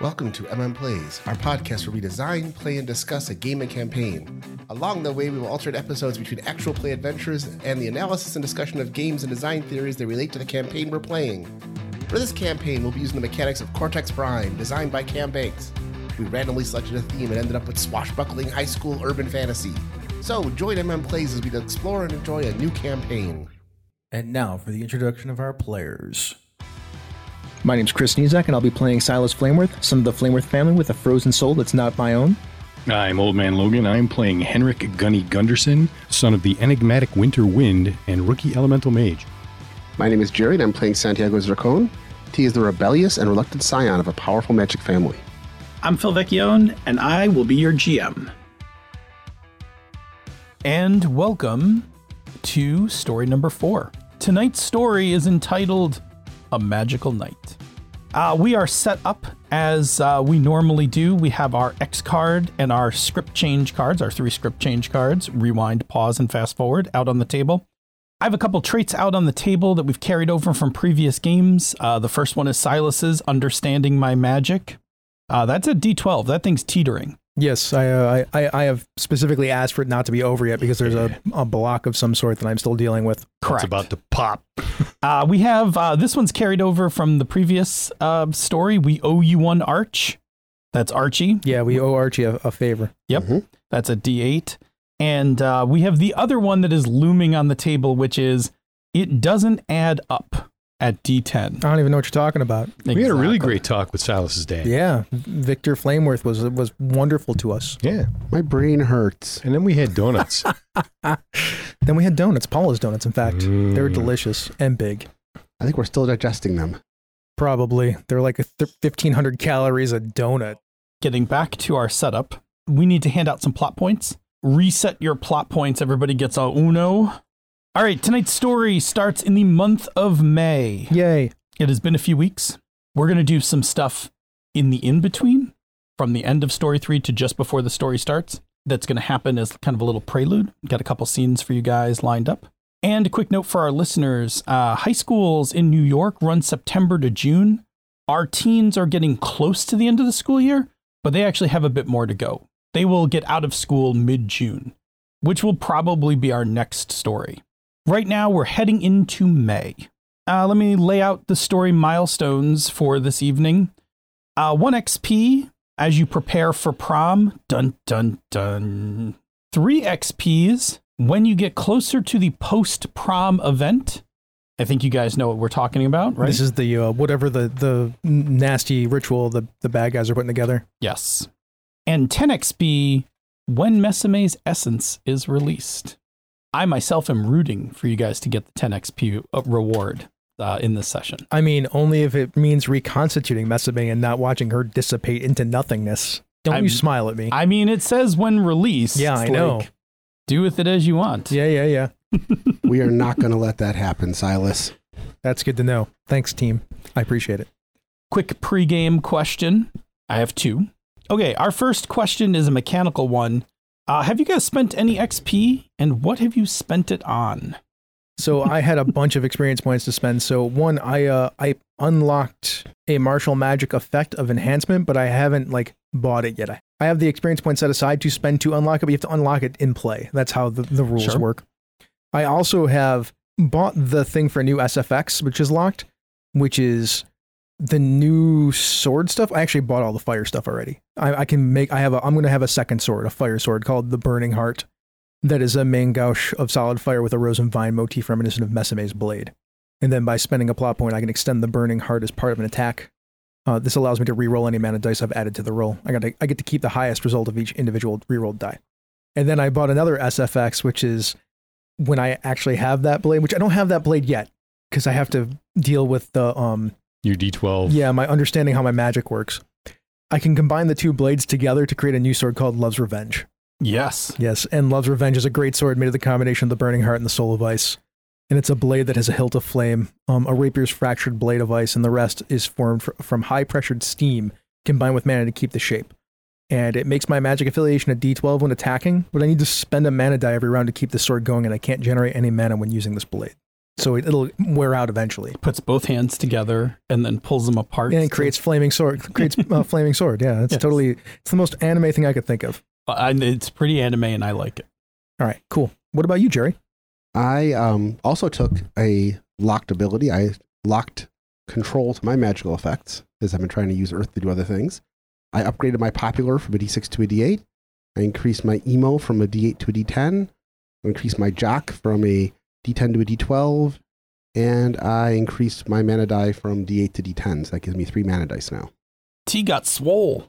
Welcome to MM Plays, our podcast where we design, play, and discuss a game and campaign. Along the way, we will alternate episodes between actual play adventures and the analysis and discussion of games and design theories that relate to the campaign we're playing. For this campaign, we'll be using the mechanics of Cortex Prime, designed by Cam Banks. We randomly selected a theme and ended up with swashbuckling high school urban fantasy. So join MM Plays as we explore and enjoy a new campaign. And now for the introduction of our players. My name's Chris Nizak, and I'll be playing Silas Flameworth, son of the Flameworth family with a frozen soul that's not my own. I'm Old Man Logan. I'm playing Henrik Gunny Gunderson, son of the enigmatic Winter Wind and rookie Elemental Mage. My name is Jerry, and I'm playing Santiago Zircon. T is the rebellious and reluctant scion of a powerful magic family. I'm Phil Vecchione, and I will be your GM. and welcome to story number four. Tonight's story is entitled A Magical Night. Uh, we are set up as uh, we normally do. We have our X card and our script change cards, our three script change cards rewind, pause, and fast forward out on the table. I have a couple traits out on the table that we've carried over from previous games. Uh, the first one is Silas's Understanding My Magic. Uh, that's a D12. That thing's teetering. Yes, I, uh, I I- I have specifically asked for it not to be over yet because there's a, a block of some sort that I'm still dealing with. Correct. It's about to pop. Uh, we have uh, this one's carried over from the previous uh, story. We owe you one arch. That's Archie. Yeah, we owe Archie a, a favor. Yep. Mm-hmm. Mhm. That's a D8. And uh, we have the other one that is looming on the table, which is it doesn't add up at D10. I don't even know what you're talking about. We had a really Exactly. great talk with Silas's dad. Yeah, Victor Flameworth was was wonderful to us. Yeah. My brain hurts. And then we had donuts. Then we had donuts, Paula's donuts. In fact, they were Mm. delicious and big. I think we're still digesting them. Probably they're like a th- 1,500 calories a donut. Getting back to our setup, we need to hand out some plot points. Reset your plot points. Everybody gets a uno. All right, tonight's story starts in the month of May. Yay! It has been a few weeks. We're going to do some stuff in the in between from the end of story three to just before the story starts. That's going to happen as kind of a little prelude. Got a couple scenes for you guys lined up. And a quick note for our listeners uh, high schools in New York run September to June. Our teens are getting close to the end of the school year, but they actually have a bit more to go. They will get out of school mid June, which will probably be our next story. Right now, we're heading into May. Uh, let me lay out the story milestones for this evening. Uh, 1 XP as you prepare for prom. Dun, dun, dun. 3 XPs when you get closer to the post prom event. I think you guys know what we're talking about, right? This is the uh, whatever the the n- nasty ritual the the bad guys are putting together. yes. And 10 XP when Mesame's essence is released. I myself am rooting for you guys to get the 10 XP reward uh, in this session. I mean, only if it means reconstituting Mesame and not watching her dissipate into nothingness. Don't I'm- you smile at me? I mean, it says when released. Yeah, I know. Do with it as you want. yeah, yeah, yeah. We are not going to let that happen, Silas. That's good to know. Thanks, team. I appreciate it. Quick pregame question. I have two. Okay, our first question is a mechanical one. Uh, have you guys spent any XP, and what have you spent it on? So I had a bunch of experience points to spend. So one, I uh, I unlocked a martial magic effect of enhancement, but I haven't like bought it yet. I I have the experience point set aside to spend to unlock it, but you have to unlock it in play. That's how the, the rules Sure. work. I also have bought the thing for new SFX, which is locked, which is the new sword stuff. I actually bought all the fire stuff already. I, I can make. I have. A, I'm going to have a second sword, a fire sword called the Burning Heart, that is a main gouge of solid fire with a rose and vine motif reminiscent of Mesame's blade. And then by spending a plot point, I can extend the Burning Heart as part of an attack. Uh, this allows me to reroll any amount of dice I've added to the roll. I got to, I get to keep the highest result of each individual rerolled die. And then I bought another SFX, which is when I actually have that blade, which I don't have that blade yet because I have to deal with the um, Your D12. yeah, my understanding how my magic works. I can combine the two blades together to create a new sword called Love's Revenge. Yes. Yes, and Love's Revenge is a great sword made of the combination of the Burning Heart and the Soul of Ice. And it's a blade that has a hilt of flame, um, a rapier's fractured blade of ice, and the rest is formed fr- from high pressured steam combined with mana to keep the shape. And it makes my magic affiliation a d12 when attacking, but I need to spend a mana die every round to keep the sword going, and I can't generate any mana when using this blade. so it, it'll wear out eventually. Puts both hands together and then pulls them apart. And it creates flaming sword. Creates uh, flaming sword. Yeah, it's Yes. totally. It's the most anime thing I could think of. Uh, and it's pretty anime, and I like it. All right, cool. What about you, Jerry? I um, also took a locked ability. I locked control to my magical effects as I've been trying to use Earth to do other things. I upgraded my popular from a D6 to a D8. I increased my emo from a D8 to a D10. I increased my jock from a D10 to a D12. And I increased my mana die from D8 to D10. So that gives me three mana dice now. T got swole.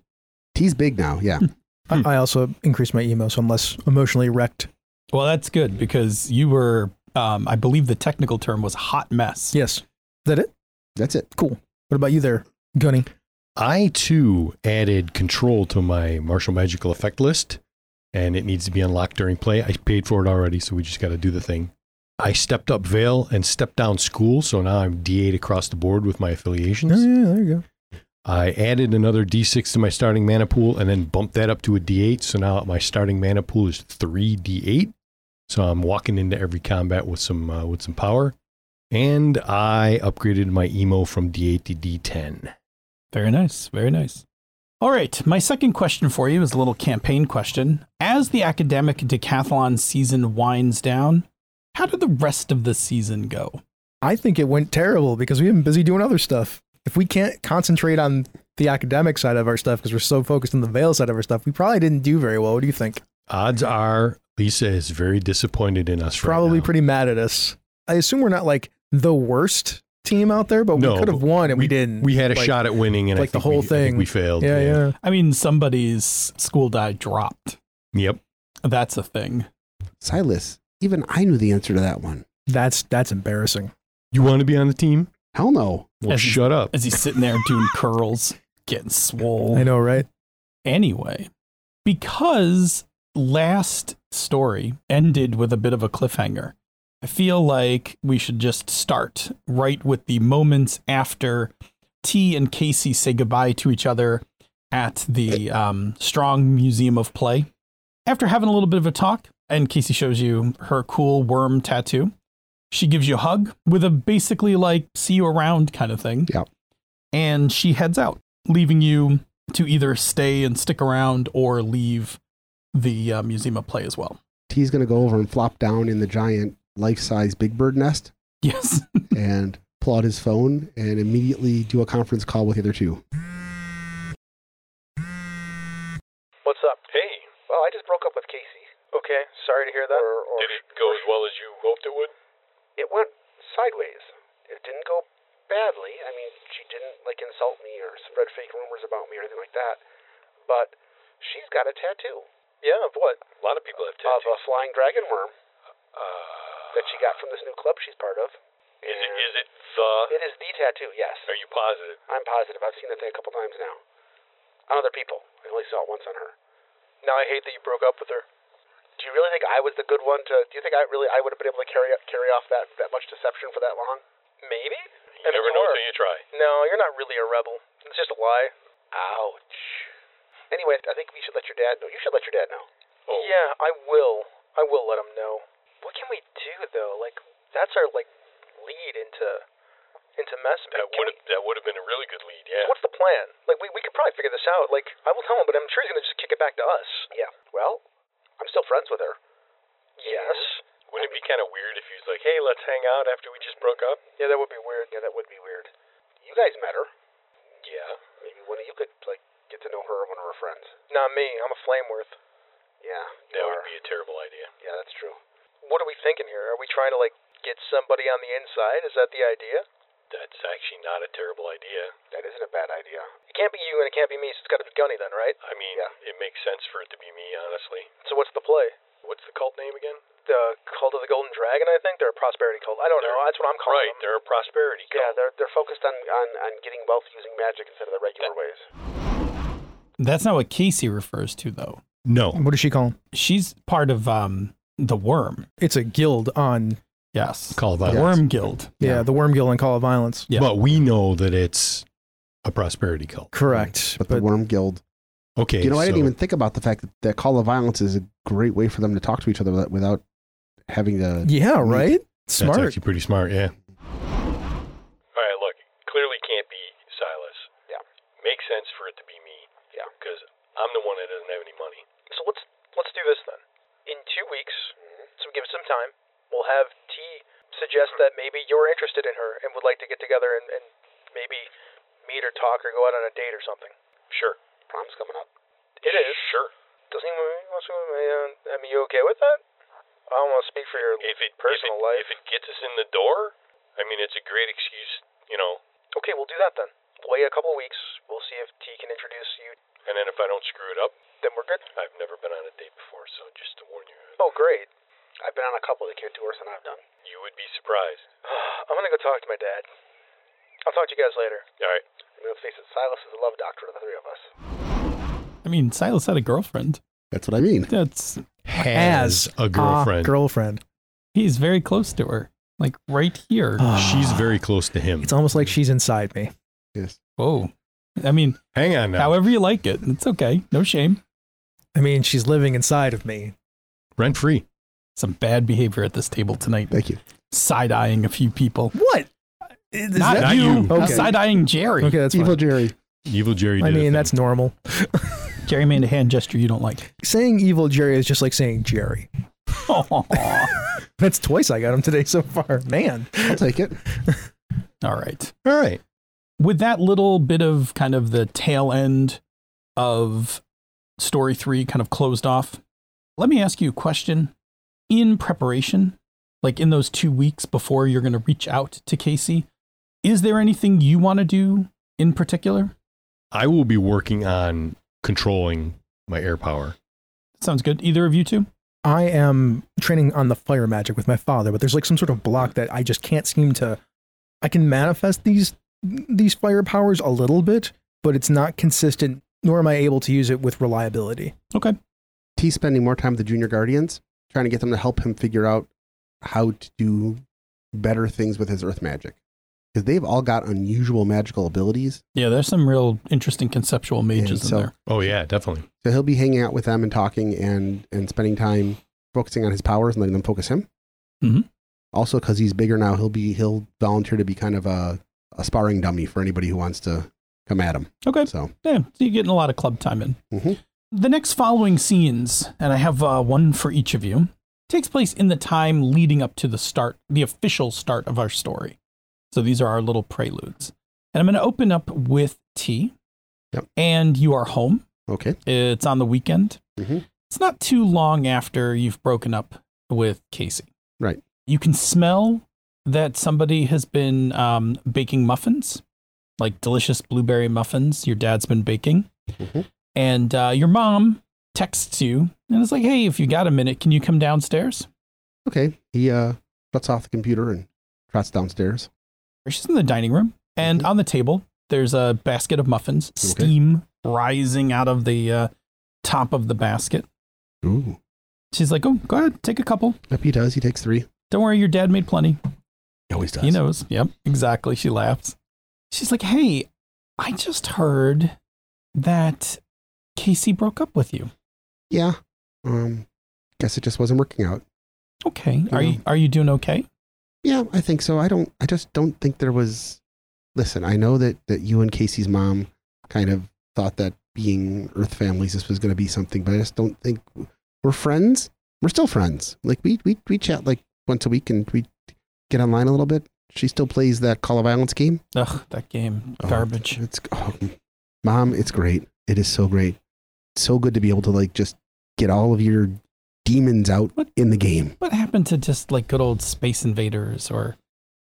T's big now. Yeah. I- Hmm. I also increased my emo, so I'm less emotionally wrecked. Well, that's good because you were, um, I believe the technical term was hot mess. Yes. Is that it? That's it. What about you there, Gunny? I too added control to my martial magical effect list, and it needs to be unlocked during play. I paid for it already, so we just got to do the thing. I stepped up Veil and stepped down School, so now I'm D8 across the board with my affiliations. Oh, yeah, there you go. I added another D6 to my starting mana pool and then bumped that up to a D8. So now my starting mana pool is three D8. So I'm walking into every combat with some uh, with some power. And I upgraded my emo from D8 to D10. Very nice. Very nice. All right. My second question for you is a little campaign question. As the academic decathlon season winds down, how did the rest of the season go? I think it went terrible because we've been busy doing other stuff. If we can't concentrate on the academic side of our stuff because we're so focused on the veil side of our stuff, we probably didn't do very well. What do you think? Odds are Lisa is very disappointed in us. right probably now. pretty mad at us. I assume we're not like the worst team out there, but No, we could have but won and we, we- didn't. We had a Like- shot at winning, and I like the think we- whole I think thing. we failed. Yeah, yeah. I mean, somebody's school die dropped. Yep. That's a thing. Silas, even I knew the answer to that one. That's that's embarrassing. You want to be on the team? Hell no. Well, As- shut up. As he's sitting there doing curls, getting swole. I know, right? anyway because last story ended with a bit of a cliffhanger i feel like we should just start right with the moments after t and casey say goodbye to each other at the um, strong museum of play after having a little bit of a talk and casey shows you her cool worm tattoo she gives you a hug with a basically like see you around kind of thing Yeah. and she heads out leaving you to either stay and stick around or leave the uh, museum of play as well. T's going to go over and flop down in the giant life size big bird nest Yes. and pull out his phone and immediately do a conference call with the other two. What's up? Hey. Well, I just broke up with Casey. Okay, sorry to hear that. Did it go as well as you hoped it would? It went sideways. It didn't go badly. I mean, she didn't, like, insult me or spread fake rumors about me or anything like that. But she's got a tattoo. Yeah, of what? A lot of people have tattoos. Of a flying dragon worm. Uh, that she got from this new club she's part of. Is it, is it the? It is the tattoo, yes. Are you positive? I'm positive. I've seen that thing a couple times now. On other people. I only saw it once on her. Now I hate that you broke up with her. Do you really think I was the good one to? Do you think I really I would have been able to carry carry off that that much deception for that long? Maybe. You never know until you try. No, you're not really a rebel. It's just a lie. Ouch. Anyway, I think we should let your dad know. You should let your dad know. Oh. Yeah, I will. I will let him know. What can we do though? Like that's our like lead into into mess. That would that would have been a really good lead. Yeah. What's the plan? Like we we could probably figure this out. Like I will tell him, but I'm sure he's gonna just kick it back to us. Yeah. Well, I'm still friends with her. Yes. Wouldn't it be kind of weird if he was like, "Hey, let's hang out after we just broke up"? Yeah, that would be weird. Yeah, that would be weird. You guys met her. Yeah. Maybe one of you could like get to know her or one of her friends. Not me. I'm a Flameworth. Yeah. That would be a terrible idea. Yeah, that's true. What are we thinking here? Are we trying to like get somebody on the inside? Is that the idea? That's actually not a terrible idea. That isn't a bad idea. It can't be you and it can't be me, so it's got to be Gunny then, right? I mean, it makes sense for it to be me, honestly. So what's the play? What's the cult name again? The Cult of the Golden Dragon, I think. They're a prosperity cult. I don't know. That's what I'm calling right, them. Right, they're a prosperity cult. Yeah, they're, they're focused on, on, on getting wealth using magic instead of the regular ways. That's not what Casey refers to, though. No. What does she call him? She's part of um, the Worm. It's a guild on Yes. Call of the Violence. Worm Guild. yeah, Yeah. the Worm Guild and Call of Violence. Yeah. But we know that it's a prosperity cult. Correct. But, But, the Worm Guild. Okay. You know, I didn't so- even think about the fact that that call of violence is a great way for them to talk to each other without, without having to. yeah, right. Smart. That's actually pretty smart. Yeah. All right, look, clearly can't be Silas. Yeah. Makes sense for it to be me. Yeah. Because I'm the one that doesn't have any money. So let's let's do this then. In two weeks, Mm-hmm. so give it some time. We'll have T suggest that maybe you're interested in her and would like to get together and, and maybe meet or talk or go out on a date or something. Sure. Prom's coming up. It is. Sure. Doesn't he? wants to- I mean, you okay with that? I don't want to speak for your If it personal if it, life. if it gets us in the door, I mean, it's a great excuse, you know. Okay, we'll do that then. We'll wait a couple weeks. We'll see if T can introduce you. And then if I don't screw it up, Then we're good. I've never been on a date before, so just to warn you, Oh, great. I've been on a couple that can't do worse than I've done. you would be surprised. I'm gonna go talk to my dad. I'll talk to you guys later. All right. I mean, let's face it, Silas is the love doctor of the three of us. I mean, Silas had a girlfriend. That's what I mean. That's Has a girlfriend. girlfriend. he's very close to her, like right here. Ah. She's very close to him. It's almost like she's inside me. Yes. Whoa. I mean, Hang on now. however you like it, it's okay. No shame. I mean, she's living inside of me. Rent free. Some bad behavior at this table tonight. Thank you. Side eyeing a few people. What? Is Not, that- you. Not you. Okay. Side eyeing Jerry. okay, that's Evil fine. Jerry. Evil Jerry. I Did a mean, thing. that's normal. Jerry made a hand gesture you don't like. Saying evil Jerry is just like saying Jerry. All That's twice I got him today so far. Man. I'll take it. right. all right. with that little bit of kind of the tail end of story three kind of closed off, let me ask you a question. In preparation, like in those two weeks before you're going to reach out to Casey, is there anything you want to do in particular? I will be working on controlling my air power. Sounds good. Either of you two? I am training on the fire magic with my father, but there's like some sort of block that I just can't seem to. I can manifest these these fire powers a little bit, but it's not consistent. Nor am I able to use it with reliability. Okay. T spending more time with the junior guardians, trying to get them to help him figure out how to do better things with his earth magic. Because they've all got unusual magical abilities. Yeah, there's some real interesting conceptual mages so- in there. Oh yeah, definitely. So he'll be hanging out with them and talking and, and spending time focusing on his powers and letting them focus him. Mhm. Also, because he's bigger now, he'll be he'll volunteer to be kind of a, a sparring dummy for anybody who wants to come at him. Okay. So Yeah, so you're getting a lot of club time in. Mhm. The next following scenes, and I have uh, one for each of you, takes place in the time leading up to the start, the official start of our story. So these are our little preludes. And I'm going to open up with T. Yep. And you are home. okay, It's on the weekend. Mhm. It's not too long after you've broken up with Casey. Right. You can smell that somebody has been um, baking muffins, like delicious blueberry muffins your dad's been baking. Mhm. And uh, your mom texts you and it's like, hey, if you got a minute, can you come downstairs? okay. He uh, shuts off the computer and trots downstairs. She's in the dining room. And on the table, there's a basket of muffins, steam rising out of the uh, top of the basket. Ooh, She's like, oh, go ahead, take a couple. Yep, he does. He takes three. Don't worry, your dad made plenty. He always does. He knows. Yep, exactly. She laughs. She's like, "Hey, I just heard that Casey broke up with you. Yeah. Um, guess it just wasn't working out. Okay, are you are you doing okay? Yeah, I think so. I don't. I just don't think there was. Listen, I know that that you and Casey's mom kind of thought that being Earth families this was going to be something, but I just don't think we're friends. We're still friends. Like we we we chat like once a week and we get online a little bit. She still plays that Call of Violence game. Ugh, that game Oh, garbage. It's oh, mom. It's great. It is so great. So good to be able to like just get all of your demons out What? in the game. What happened to just like good old Space Invaders or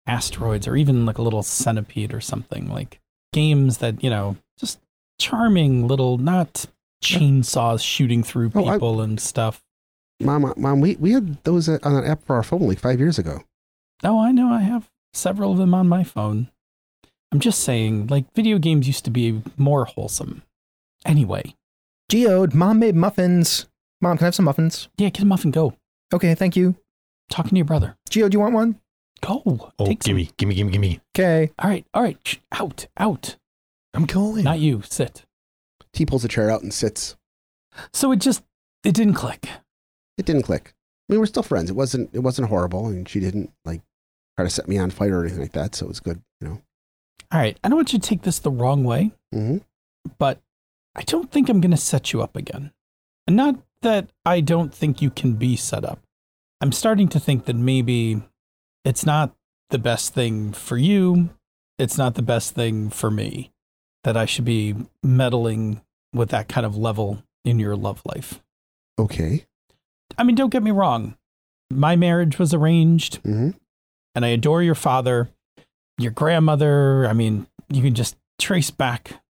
asteroids or even like a little centipede or something like games that you know just charming little not chainsaws shooting through Oh, I- people and stuff. Mom, mom, we, we had those on an app for our phone like five years ago. Oh, I know. I have several of them on my phone. I'm just saying, like, video games used to be more wholesome. Anyway, Geode, mom made muffins. Mom, can I have some muffins? yeah, get him off and go. Okay, thank you. Talking to your brother. Geode, you want one? Go. Oh, Take some. gimme, gimme, gimme, gimme. Okay. All right. All right. Shh, out. Out. I'm going. Not you. Sit. T pulls a chair out and sits. So it just, it didn't click. It didn't click. We were still friends. It wasn't. It wasn't horrible, and she didn't like try to set me on fire or anything like that. So it was good, you know. All right. I don't want you to take this the wrong way, Mhm. but I don't think I'm going to set you up again. And not that I don't think you can be set up. I'm starting to think that maybe it's not the best thing for you. It's not the best thing for me that I should be meddling with that kind of level in your love life. Okay. I mean, don't get me wrong. My marriage was arranged hmm and I adore your father, your grandmother. I mean, you can just trace back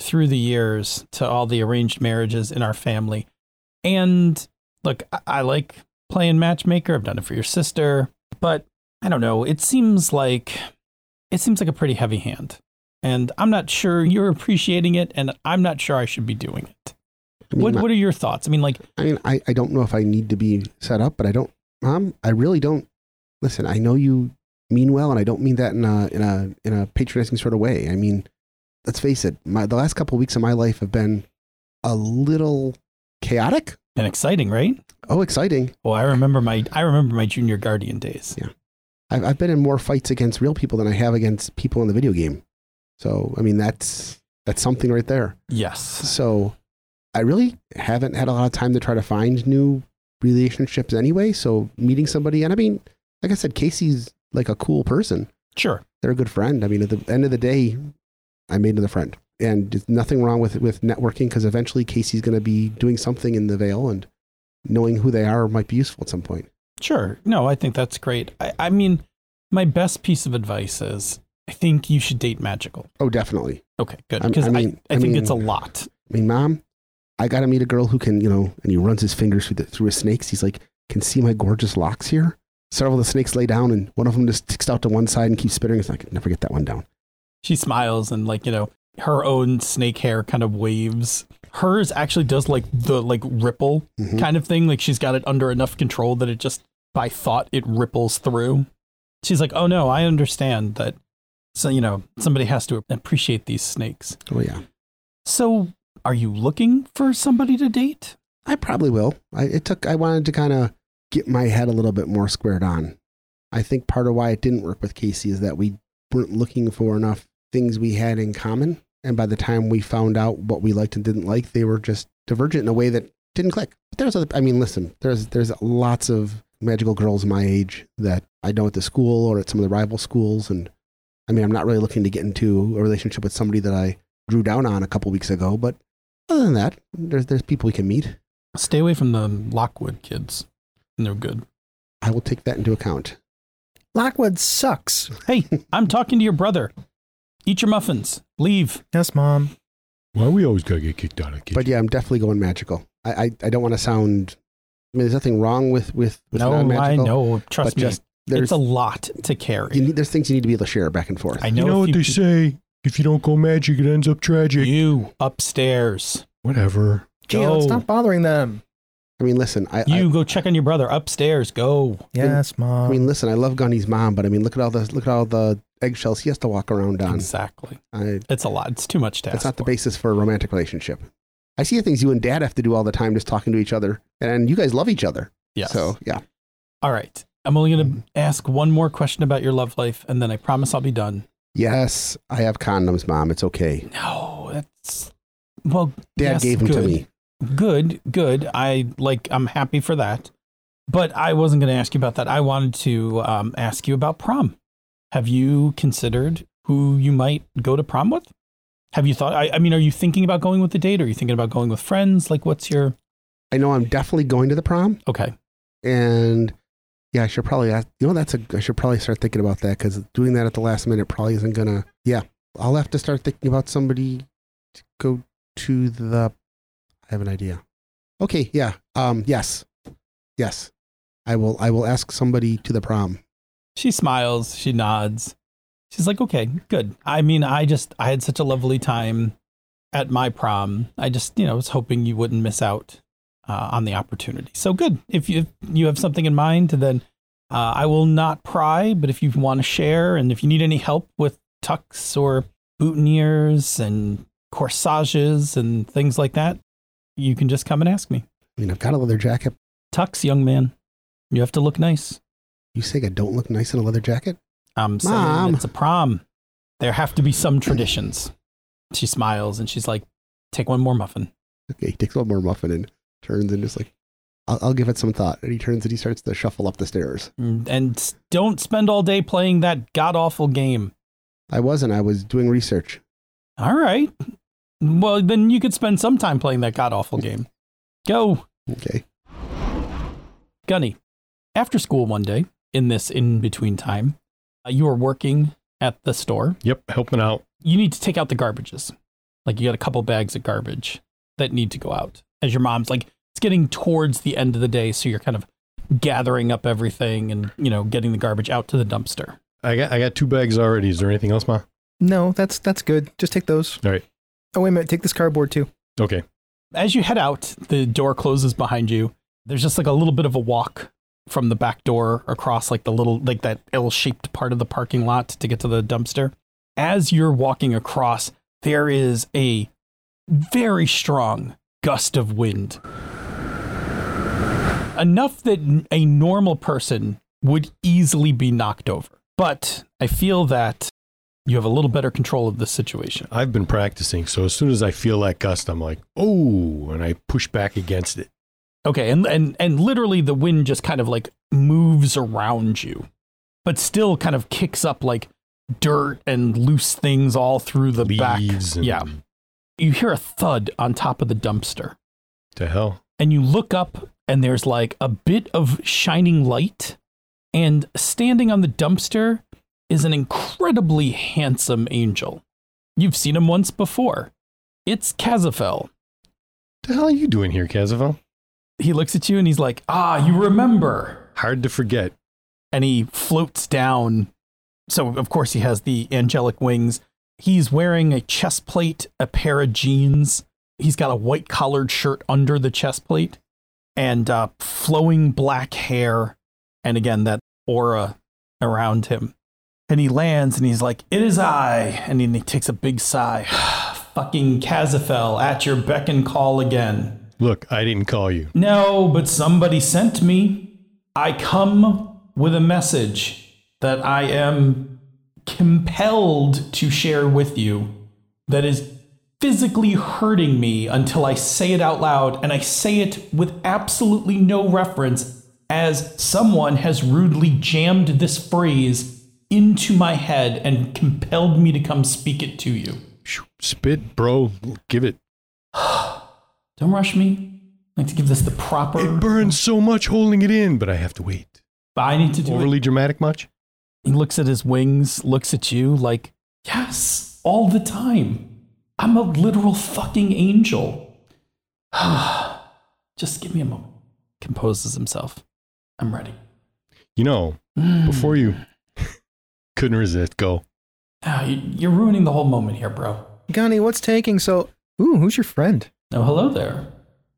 through the years to all the arranged marriages in our family. And look, I, I like playing matchmaker. I've done it for your sister, but I don't know. It seems like it seems like a pretty heavy hand. And I'm not sure you're appreciating it, and I'm not sure I should be doing it. I mean, What I- What are your thoughts? I mean, like, I mean, I, I don't know if I need to be set up, but I don't, mom, I really don't. Listen, I know you mean well, and I don't mean that in a, in a, in a patronizing sort of way. I mean, let's face it, my, the last couple of weeks of my life have been a little chaotic. and exciting, right? Oh, exciting. Well, I remember my I remember my junior guardian days. I've, I've been in more fights against real people than I have against people in the video game. So, I mean, that's, that's something right there. Yes. So I really haven't had a lot of time to try to find new relationships anyway. So meeting somebody, and I mean, like I said, Casey's like a cool person. Sure. They're a good friend. I mean, at the end of the day, I made another friend, and there's nothing wrong with with networking because eventually Casey's going to be doing something in the Vale, and knowing who they are might be useful at some point. Sure. No, I think that's great. I, I mean, my best piece of advice is I think you should date magical. Oh, definitely. Okay, good. I- Because I I, mean- I, I think it's a mean- lot. I mean, mom, I got to meet a girl who can, you know, and he runs his fingers through, the, through his snakes. He's like, can see my gorgeous locks here? Several of the snakes lay down and one of them just sticks out to one side and keeps spitting. It's like, never get that one down. She smiles and like, you know, her own snake hair kind of waves. Hers actually does like the like ripple Mhm. kind of thing. Like she's got it under enough control that it just by thought it ripples through. She's like, "Oh no, I understand that." So, you know, somebody has to appreciate these snakes. Oh, yeah. So, are you looking for somebody to date? I probably will. I, it took, I wanted to kind of get my head a little bit more squared on. I think part of why it didn't work with Casey is that we weren't looking for enough things we had in common. And by the time we found out what we liked and didn't like, they were just divergent in a way that didn't click. But there's other, I mean, listen, there's, there's lots of magical girls my age that I know at the school or at some of the rival schools. And I mean, I'm not really looking to get into a relationship with somebody that I drew down on a couple weeks ago. But other than that, there's, there's people we can meet. Stay away from the Lockwood kids. No good. I will take that into account. Lockwood sucks. Hey, I'm talking to your brother. Eat your muffins. Leave. Yes, mom. Why we always gotta get kicked out of the kitchen? But yeah, I'm definitely going magical. I I, I don't want to sound. I mean, there's nothing wrong with with, with no, I non-magical, know. Trust But me. just it's there's a lot to you carry. need, there's things you need to be able to share back and forth. I you know. know if what you they could- say: if you don't go magic, it ends up tragic. You upstairs. Whatever. Gee, let's Go. stop bothering them. I mean, listen, I, I- You um, go check on your brother upstairs. Go. Yes, I, mom. mean, listen, I love Gunny's mom, but I mean, look at all the look at all the eggshells he has to walk around on. Exactly. I, It's a lot. It's too much to that's ask. not the for. basis for a romantic relationship. I see the things you and Dad have to do all the time, just talking to each other, and you guys love each other. Yes. So yeah, All right. I'm only going to ask one more question about your love life, and then I promise I'll be done. yes, I have condoms, Mom. It's okay. No, that's. Well, Dad Yes, gave them good. to me. good good i like i'm happy for that but i wasn't going to ask you about that i wanted to um, ask you about prom have you considered who you might go to prom with have you thought I, I mean are you thinking about going with the date are you thinking about going with friends like what's your I know I'm definitely going to the prom. okay and yeah, I should probably ask. You know, that's a. I should probably start thinking about that because doing that at the last minute probably isn't gonna. Yeah, I'll have to start thinking about somebody to go to the. I have an idea. Okay. Yeah. Um. Yes. Yes. I will. I will ask somebody to the prom. she smiles she nods she's like okay good i mean i just i had such a lovely time at my prom i just you know was hoping you wouldn't miss out uh, on the opportunity so good if you if you have something in mind then uh, i will not pry but if you want to share and if you need any help with tucks or boutonnieres and corsages and things like that you can just come and ask me I mean, I've got a leather jacket. tucks young man you have to look nice You saying I don't look nice in a leather jacket? I'm um, saying Mom. it's a prom. There have to be some traditions. She smiles and she's like, "Take one more muffin." Okay, he takes one more muffin and turns and just like, I'll, I'll give it some thought. And he turns and he starts to shuffle up the stairs. Mm, And s- don't spend all day playing that god awful game. I wasn't. I was doing research. All right. Well, then you could spend some time playing that god awful game. Go, Okay. Gunny. After school one day, in this in between time, uh, you are working at the store. Yep, helping out. you need to take out the garbages. Like you got a couple bags of garbage that need to go out. As your mom's like, it's getting towards the end of the day, so you're kind of gathering up everything and you know getting the garbage out to the dumpster. I got I got two bags already. Is there anything else, Ma? No, that's that's good. Just take those. All right. Oh wait a minute, take this cardboard too. Okay. As you head out, the door closes behind you. There's just like a little bit of a walk from the back door across like the little like that L-shaped part of the parking lot to get to the dumpster. As you're walking across, there is a very strong gust of wind enough that n- a normal person would easily be knocked over. But I feel that you have a little better control of this situation. I've been practicing, so as soon as I feel that gust, I'm like, oh, and I push back against it. Okay, and and and literally the wind just kind of like moves around you, but still kind of kicks up like dirt and loose things all through the back. Leaves and Yeah. You hear a thud on top of the dumpster. To hell. and you look up and there's like a bit of shining light and standing on the dumpster is an incredibly handsome angel you've seen him once before it's Kazafel. The hell are you doing here, Kazavel? he looks at you and he's like ah you remember Hard to forget. and he floats down so of course he has the angelic wings he's wearing a chest plate a pair of jeans he's got a white collared shirt under the chest plate and uh, flowing black hair and again that aura around him and he lands and he's like it is i and then he takes a big sigh fucking Kazafel at your beck and call again Look, I didn't call you. no, but somebody sent me. I come with a message that I am compelled to share with you that is physically hurting me until I say it out loud, and I say it with absolutely no reference, as someone has rudely jammed this phrase into my head and compelled me to come speak it to you. Shoo, Spit, bro. Give it. Don't rush me. I like to give this the proper. It burns so much holding it in, but I have to wait. I need to do it. Overly dramatic much? He looks at his wings, looks at you like, yes, all the time. I'm a literal fucking angel. Just give me a moment. Composes himself. I'm ready. You know, before you Mm. couldn't resist, go. Ah, you- you're ruining the whole moment here, bro. Gunny, what's taking so Ooh, who's your friend? Oh, hello there.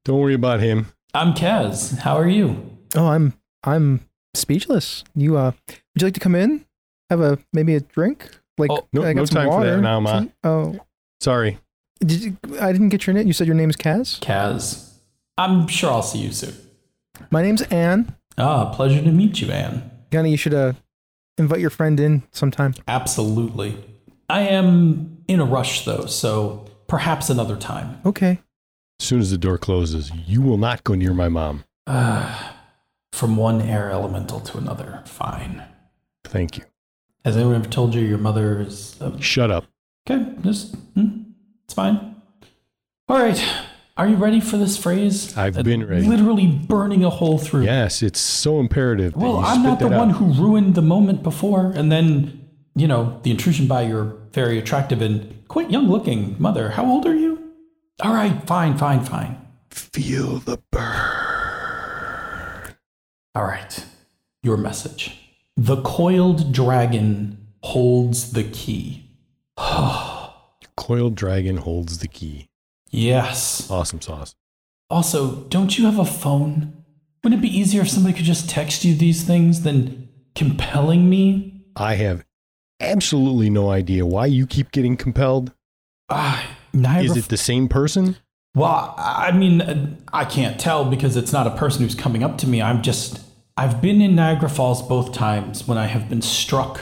Don't worry about him. I'm Kaz. How are you? Oh, I'm I'm speechless. You uh would you like to come in? Have a maybe a drink? Like Oh, no- I got no some time for that water. now, Ma. Oh, Sorry. did you, I didn't get your name. You said your name's Kaz. Kaz. I'm sure I'll see you soon. My name's Anne. Ah, pleasure to meet you, Anne. Gunny, you should uh invite your friend in sometime. Absolutely. I am in a rush, though, so perhaps another time. Okay. As soon as the door closes, you will not go near my mom. Uh, from one air elemental to another. Fine. Thank you. Has anyone ever told you your mother is uh, Shut up. okay? Just hmm, it's fine. All right. Are you ready for this phrase? I've That been ready. Literally burning a hole through. Yes, it's so imperative. That Well, you I'm spit not the that one out. who ruined the moment before, and then you know the intrusion by your very attractive and quite young-looking mother. How old are you? All right. Fine. Fine. Fine. feel the burn. All right. Your message. The coiled dragon holds the key. Coiled dragon holds the key. Yes. Awesome sauce. Also, don't you have a phone? Wouldn't it be easier if somebody could just text you these things than compelling me? I have absolutely no idea why you keep getting compelled. Ah, Niagara. Is it the same person? well, I I mean, uh, I can't tell because it's not a person who's coming up to me. I'm just. I've been in Niagara Falls both times when I have been struck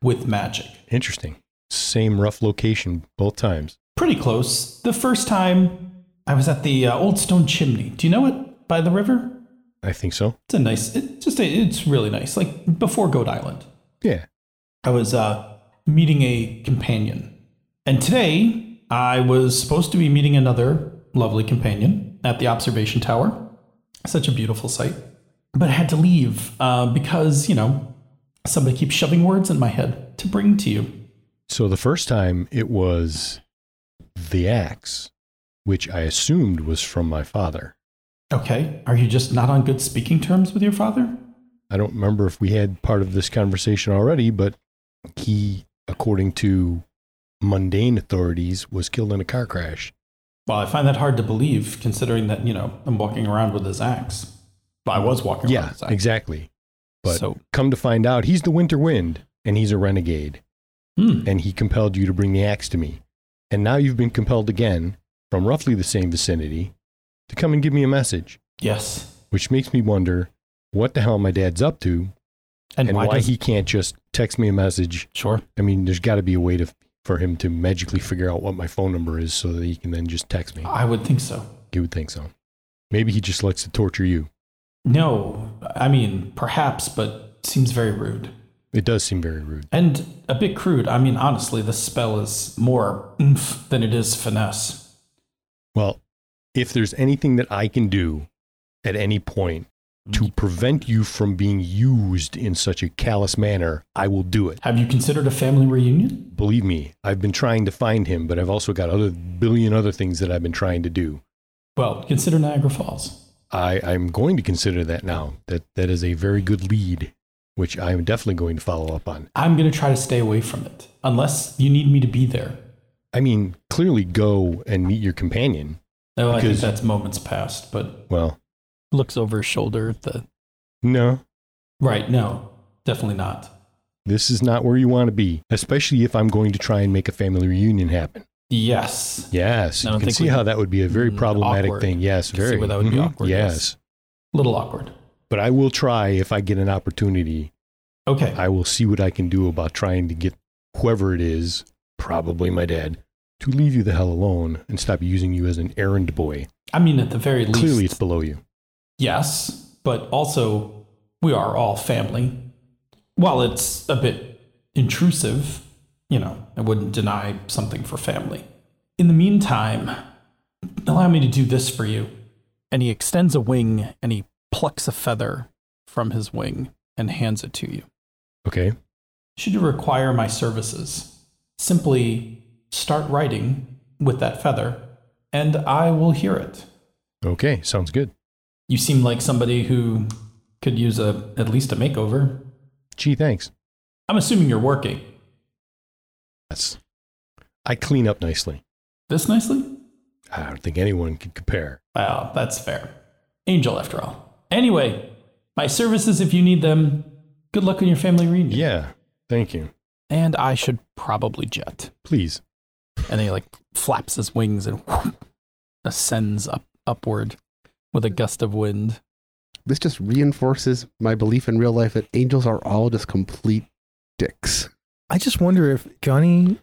with magic. Interesting. Same rough location both times. Pretty close. The first time I was at the uh, Old Stone Chimney. Do you know it by the river? I think so. It's a nice. It, just a, it's really nice. Like before Goat Island. Yeah. I was uh, meeting a companion. And today, I was supposed to be meeting another lovely companion at the observation tower. Such a beautiful sight. But I had to leave uh, because, you know, somebody keeps shoving words in my head to bring to you. So the first time it was the axe, which I assumed was from my father. Okay. Are you just not on good speaking terms with your father? I don't remember if we had part of this conversation already, but he, according to mundane authorities, was killed in a car crash. Well, I find that hard to believe considering that, you know, I'm walking around with his axe. But I was walking around yeah, with his axe. exactly. But So, come to find out, he's the Winter Wind, and he's a renegade, hmm, and he compelled you to bring the axe to me. And now you've been compelled again from roughly the same vicinity to come and give me a message, yes. which makes me wonder what the hell my dad's up to And, and, why, does, he can't just text me a message. Sure. I mean, there's got to be a way to for him to magically figure out what my phone number is so that he can then just text me. I would think so. You would think so. Maybe he just likes to torture you. No, I mean, perhaps, but seems very rude. It does seem very rude. And a bit crude. I mean, honestly, this spell is more oomph than it is finesse. Well, if there's anything that I can do at any point to prevent you from being used in such a callous manner, I will do it. Have you considered a family reunion? Believe me, I've been trying to find him, but I've also got other billion other things that I've been trying to do. Well, consider Niagara Falls. I, I'm going to consider that now. That that is a very good lead, which I am definitely going to follow up on. I'm going to try to stay away from it, unless you need me to be there. I mean, clearly go and meet your companion. No, I think Because- that's moments past, but Well, looks over his shoulder at the no, right. No, definitely not. this is not where you want to be, especially if I'm going to try and make a family reunion happen. Yes, Yes, I you don't can think see we- how that would be a very Mm, problematic awkward. thing. Yes, I can see very. where that would be Mhm, awkward, Yes. yes. little awkward. but I will try if I get an opportunity. Okay, I will see what I can do about trying to get whoever it is, probably my dad, to leave you the hell alone and stop using you as an errand boy. I mean at the very least, Clearly, it's below you. yes, but also we are all family. While it's a bit intrusive, you know, I wouldn't deny something for family. In the meantime, allow me to do this for you. And he extends a wing and he plucks a feather from his wing and hands it to you. Okay. Should you require my services, simply start writing with that feather, and I will hear it. Okay. Sounds good. You seem like somebody who could use a at least a makeover. Gee, thanks. I'm assuming you're working Yes. I clean up nicely. this nicely. I don't think anyone could compare. Well, that's fair. Angel, after all. Anyway, my services if you need them. Good luck in your family reunion. Yeah. Thank you. And I should probably jet. Please. And then he like flaps his wings and ascends up upward with a gust of wind. This just reinforces my belief in real life that angels are all just complete dicks. I just wonder if Johnny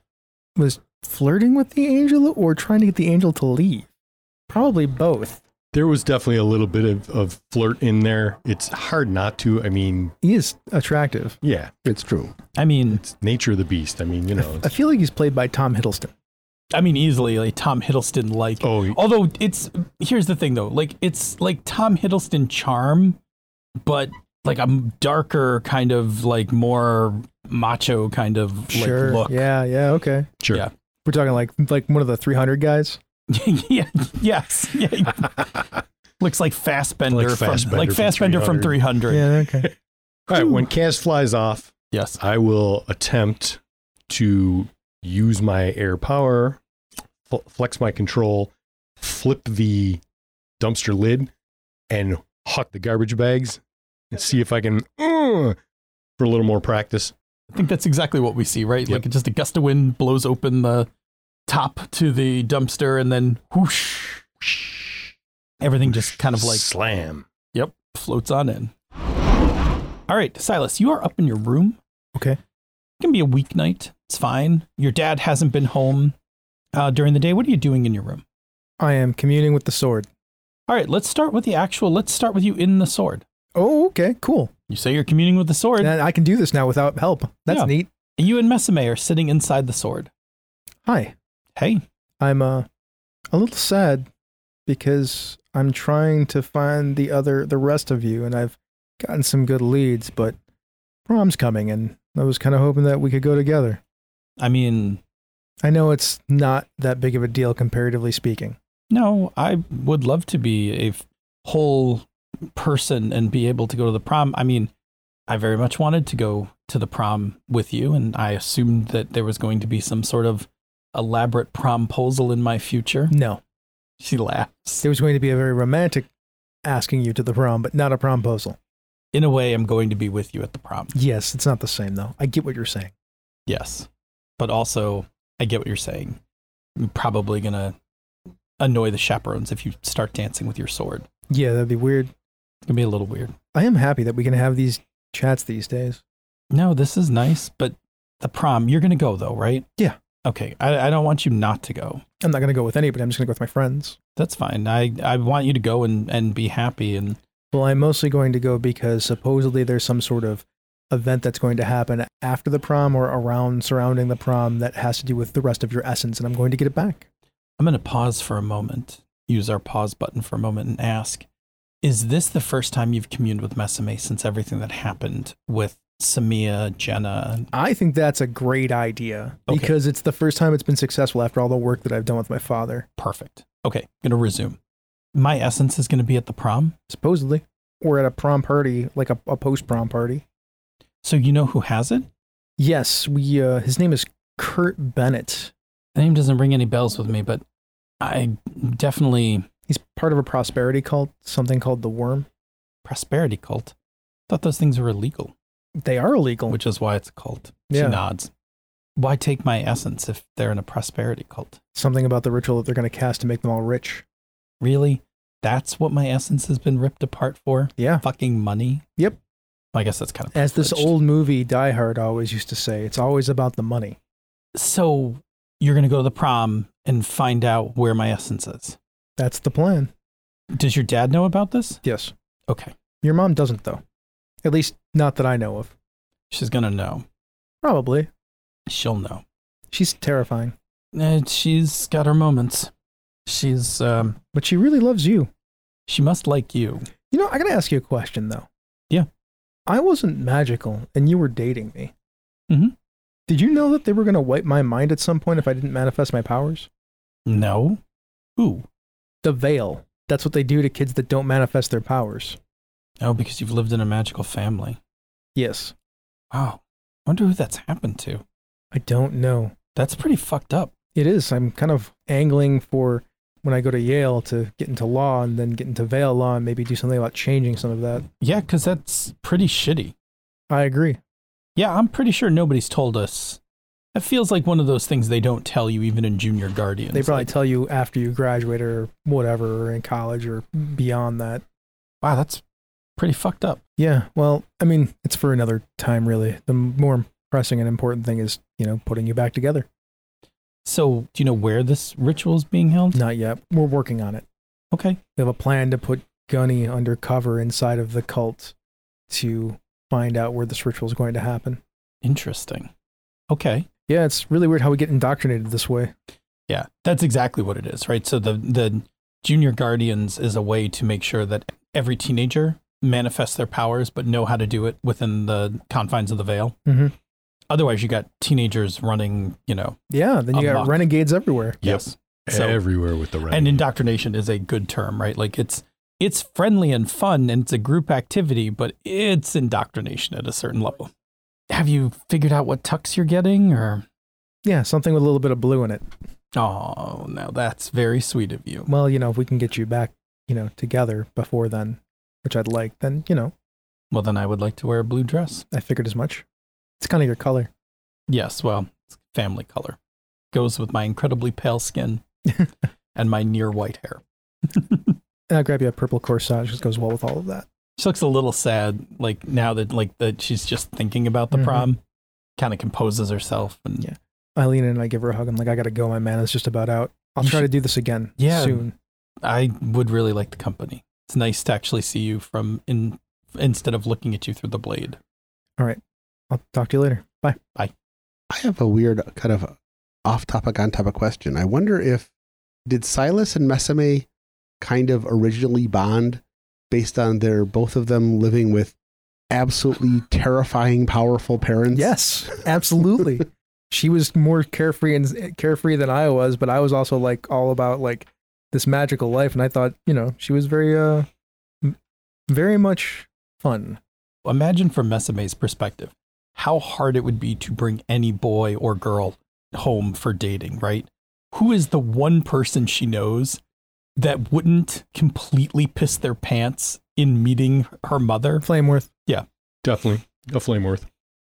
was flirting with the angel or trying to get the angel to leave. Probably both. There was definitely a little bit of, of flirt in there. It's hard not to. I mean, He is attractive. yeah, It's true. I mean, it's nature of the beast. I mean, you know. I feel like he's played by Tom Hiddleston. I mean, easily like Tom Hiddleston like. Oh, Although it's here's the thing though, like it's like Tom Hiddleston charm, but like a m- darker kind of like more macho kind of like sure. look. Yeah, yeah, okay. sure. yeah. We're talking like like one of the 300 guys. yeah. Yes. Yeah. Looks like Like Fassbender from Fassbender like from Fassbender from 300. Yeah, okay. All right. When Kaz flies off, Yes. I will attempt to use my air power, fl- flex my control, flip the dumpster lid, and huck the garbage bags and see if I can, uh, for a little more practice. I think that's exactly what we see, Yep. right? Like just a gust of wind blows open the top to the dumpster and then whoosh. Everything just kind of like slam. Yep, floats on in. All right, Silas, you are up in your room. Okay. can be a weeknight. It's fine. Your dad hasn't been home uh, during the day. What are you doing in your room? I am communing with the sword. All right, let's start with the actual. Let's start with you in the sword. Oh, okay, cool. You say you're communing with the sword. And I can do this now without help. That's Yeah. neat. You and Mesame are sitting inside the sword. Hi, Hey, I'm uh, a little sad because I'm trying to find the other, the rest of you, and I've gotten some good leads, but prom's coming, and I was kind of hoping that we could go together. I mean, I know it's not that big of a deal comparatively speaking. no, I would love to be a f- whole person and be able to go to the prom. I mean, I very much wanted to go to the prom with you, and I assumed that there was going to be some sort of elaborate promposal in my future. No, She laughs. there was going to be a very romantic asking you to the prom, but not a promposal. In a way, I'm going to be with you at the prom. Yes, it's not the same though. I get what you're saying. Yes. But also, I get what you're saying. You're probably going to annoy the chaperones if you start dancing with your sword. Yeah, that'd be weird. It's going to be a little weird. I am happy that we can have these chats these days. No, this is nice, but the prom, you're going to go though, right? Yeah. Okay. I, I don't want you not to go. I'm not going to go with anybody. I'm just going to go with my friends. That's fine. I, I want you to go and, and be happy. And Well, I'm mostly going to go because supposedly there's some sort of event that's going to happen after the prom or around surrounding the prom that has to do with the rest of your essence, and I'm going to get it back. I'm going to pause for a moment, use our pause button for a moment and ask Is this the first time you've communed with Mesame since everything that happened with Samia, Jenna, I think that's a great idea Okay. because it's the first time it's been successful after all the work that I've done with my father, Perfect. Okay, going to resume. My essence is going to be at the prom. supposedly. We're at a prom party, like a, a post prom party. So you know who has it? Yes, we. Uh, his name is Kurt Bennett. The name doesn't ring any bells with me, but I definitely He's part of a prosperity cult, something called the Worm. prosperity cult. Thought those things were illegal, They are illegal. which is why it's a cult. Yeah. She nods. Why take my essence if they're in a prosperity cult? something about the ritual that they're going to cast to make them all rich. Really? That's what my essence has been ripped apart for? Yeah. Fucking money? Yep. I guess that's kind of As this privileged. old movie Die Hard always used to say, it's always about the money. So you're going to go to the prom and find out where my essence is. That's the plan. Does your dad know about this? Yes. Okay. Your mom doesn't though. At least not that I know of. She's gonna know. Probably. She'll know. She's terrifying, And she's got her moments. She's um but she really loves you. she must like you. You know, I got to ask you a question though. Yeah. I wasn't magical and you were dating me. Mm-hmm. Mhm. Did you know that they were going to wipe my mind at some point if I didn't manifest my powers? No. Ooh. The veil. That's what they do to kids that don't manifest their powers. Oh, because you've lived in a magical family. Yes. Wow. Wonder who that's happened to. I don't know. That's pretty fucked up. It is. I'm kind of angling for when I go to Yale to get into law and then get into Vail law and maybe do something about changing some of that. Yeah, because that's pretty shitty. I agree. Yeah, I'm pretty sure nobody's told us. That feels like one of those things they don't tell you even in junior guardians. They probably Like, tell you after you graduate or whatever, or in college or beyond that. wow, that's pretty fucked up. Yeah. Well, I mean, it's for another time, really. The more pressing and important thing is, you know, putting you back together. So, do you know where this ritual is being held? Not yet. We're working on it. Okay. We have a plan to put Gunny undercover inside of the cult to find out where this ritual is going to happen. Interesting. Okay. Yeah, it's really weird how we get indoctrinated this way. Yeah, that's exactly what it is, right? So the the junior guardians is a way to make sure that every teenager manifests their powers but know how to do it within the confines of the veil. Mhm. Otherwise, you got teenagers running, you know. Yeah, then you got Unlocked. renegades everywhere. Yes. So everywhere with the and rent. indoctrination is a good term, right? Like it's it's friendly and fun and it's a group activity, but it's indoctrination at a certain level. Have you figured out what tux you're getting or Yeah, something with a little bit of blue in it. Oh, now that's very sweet of you. Well, you know, if we can get you back, you know, together before then, which I'd like, then, you know, Well, then I would like to wear a blue dress. I figured as much. It's kind of your color. Yes, well, it's family color. Goes with my incredibly pale skin and my near white hair. And I'll grab you a purple corsage because it goes well with all of that. She looks a little sad, like now that like that she's just thinking about the Mhm. prom. kind of composes herself and Yeah. Eileen and I give her a hug. I'm like, I gotta go. My mana's just about out. I'll You try to should- do this again Yeah. soon. I would really like the company. It's nice to actually see you from in instead of looking at you through the blade. I'll talk to you later. Bye. I have a weird kind of off topic, on topic question. I wonder if did Silas and Mesame kind of originally bond based on their both of them living with absolutely terrifying, powerful parents? Yes, absolutely. she was more carefree and carefree than I was, but I was also like all about like this magical life, and I thought you know she was very uh m- very much fun. Imagine from Mesame's perspective how hard it would be to bring any boy or girl home for dating, right? Who is the one person she knows that wouldn't completely piss their pants in meeting her mother? Flameworth. Definitely. A Flameworth.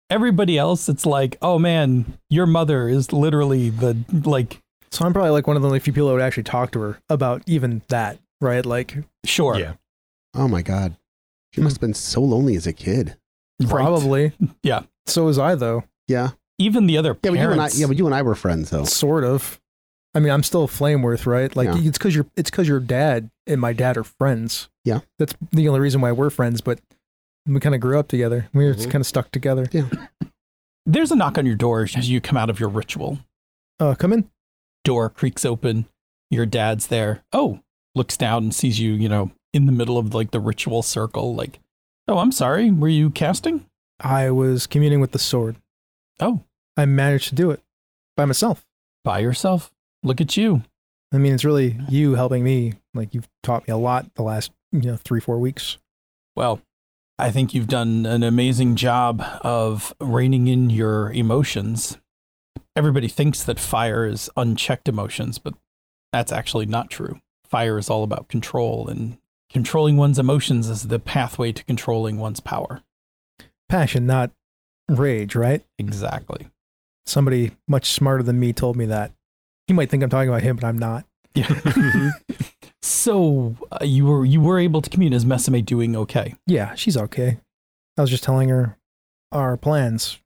Everybody else, it's like, oh man, your mother is literally the like So I'm probably like one of the only few people that would actually talk to her about even that, right? Like sure. Yeah. Oh my God. She must have been so lonely as a kid. right. probably. Yeah. So was I though, Yeah. Even the other Yeah, but you and I parents. yeah, but you and I were friends though. sort of. I mean, I'm still Flameworth, right? Like Yeah. it's because your it's because your dad and my dad are friends. Yeah. That's the only reason why we're friends, but. We kind of grew up together. We were Mhm. kind of stuck together. There's a knock on your door as you come out of your ritual. Uh, come in. Door creaks open. Your dad's there. Oh, looks down and sees you, you know, in the middle of like the ritual circle. Like, oh, I'm sorry. Were you casting? I was communing with the sword. Oh. I managed to do it by myself. By yourself? Look at you. I mean, it's really you helping me. Like you've taught me a lot the last, you know, three, four weeks. Well, I think you've done an amazing job of reining in your emotions. Everybody thinks that fire is unchecked emotions, but that's actually not true. Fire is all about control, and controlling one's emotions is the pathway to controlling one's power. Passion, not rage, right? Exactly. Somebody much smarter than me told me that. You might think I'm talking about him, but I'm not. Yeah. so uh, you were you were able to commute. Is Mesame doing okay? Yeah, she's okay. I was just telling her our plans,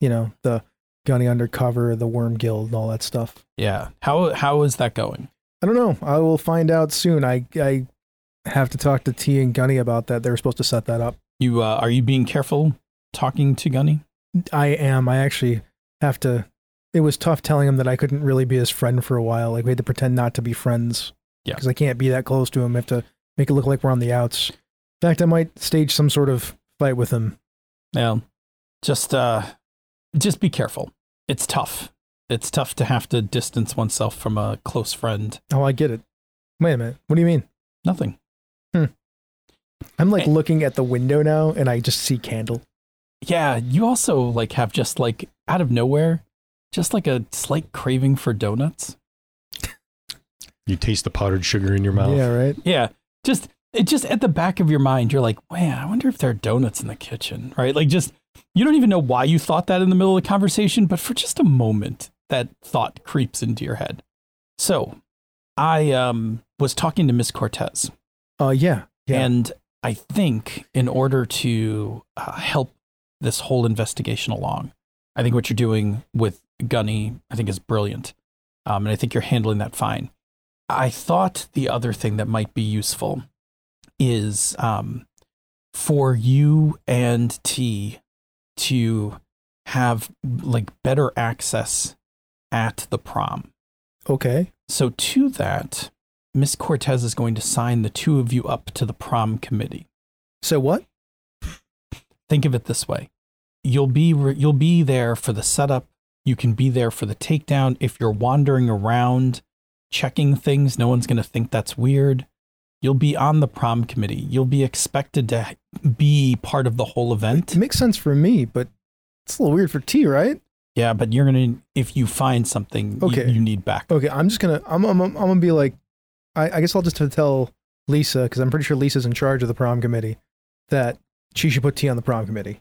you know, the gunny undercover, the worm guild, and all that stuff. Yeah. How how is that going? I don't know. I will find out soon. I I have to talk to T and Gunny about that. They were supposed to set that up. You uh, are you being careful talking to Gunny? I am. I actually have to. It was tough telling him that I couldn't really be his friend for a while. Like we had to pretend not to be friends. Yeah. Because I can't be that close to him. I have to make it look like we're on the outs. In fact, I might stage some sort of fight with him. Yeah. Just uh just be careful. It's tough. It's tough to have to distance oneself from a close friend. Oh, I get it. Wait a minute. What do you mean? Nothing. I'm like Hey. looking at the window now, and I just see candle. Yeah, you also like have just like out of nowhere, just like a slight craving for donuts. You taste the powdered sugar in your mouth. Yeah. Right. Yeah. Just it just at the back of your mind, you're like, man, I wonder if there are donuts in the kitchen, right? Like just you don't even know why you thought that in the middle of the conversation, but for just a moment, that thought creeps into your head. So I um was talking to Miss Cortez. Uh. Yeah. Yeah. And I think in order to uh, help this whole investigation along, I think what you're doing with Gunny, I think is brilliant. Um, and I think you're handling that fine. I thought the other thing that might be useful is um, for you and T to have like better access at the prom. okay. So, to that, Miss Cortez is going to sign the two of you up to the prom committee. So what? Think of it this way you'll be, re- you'll be there for the setup, you can be there for the takedown. If you're wandering around checking things, no one's going to think that's weird. You'll be on the prom committee, you'll be expected to be part of the whole event. It makes sense for me, but it's a little weird for T, right? Yeah, but you're going to, if you find something, you- Okay. you, need back. Okay, I'm just gonna, I'm, I'm, I'm gonna be like, I, I guess I'll just tell Lisa because I'm pretty sure Lisa's in charge of the prom committee that she should put T on the prom committee.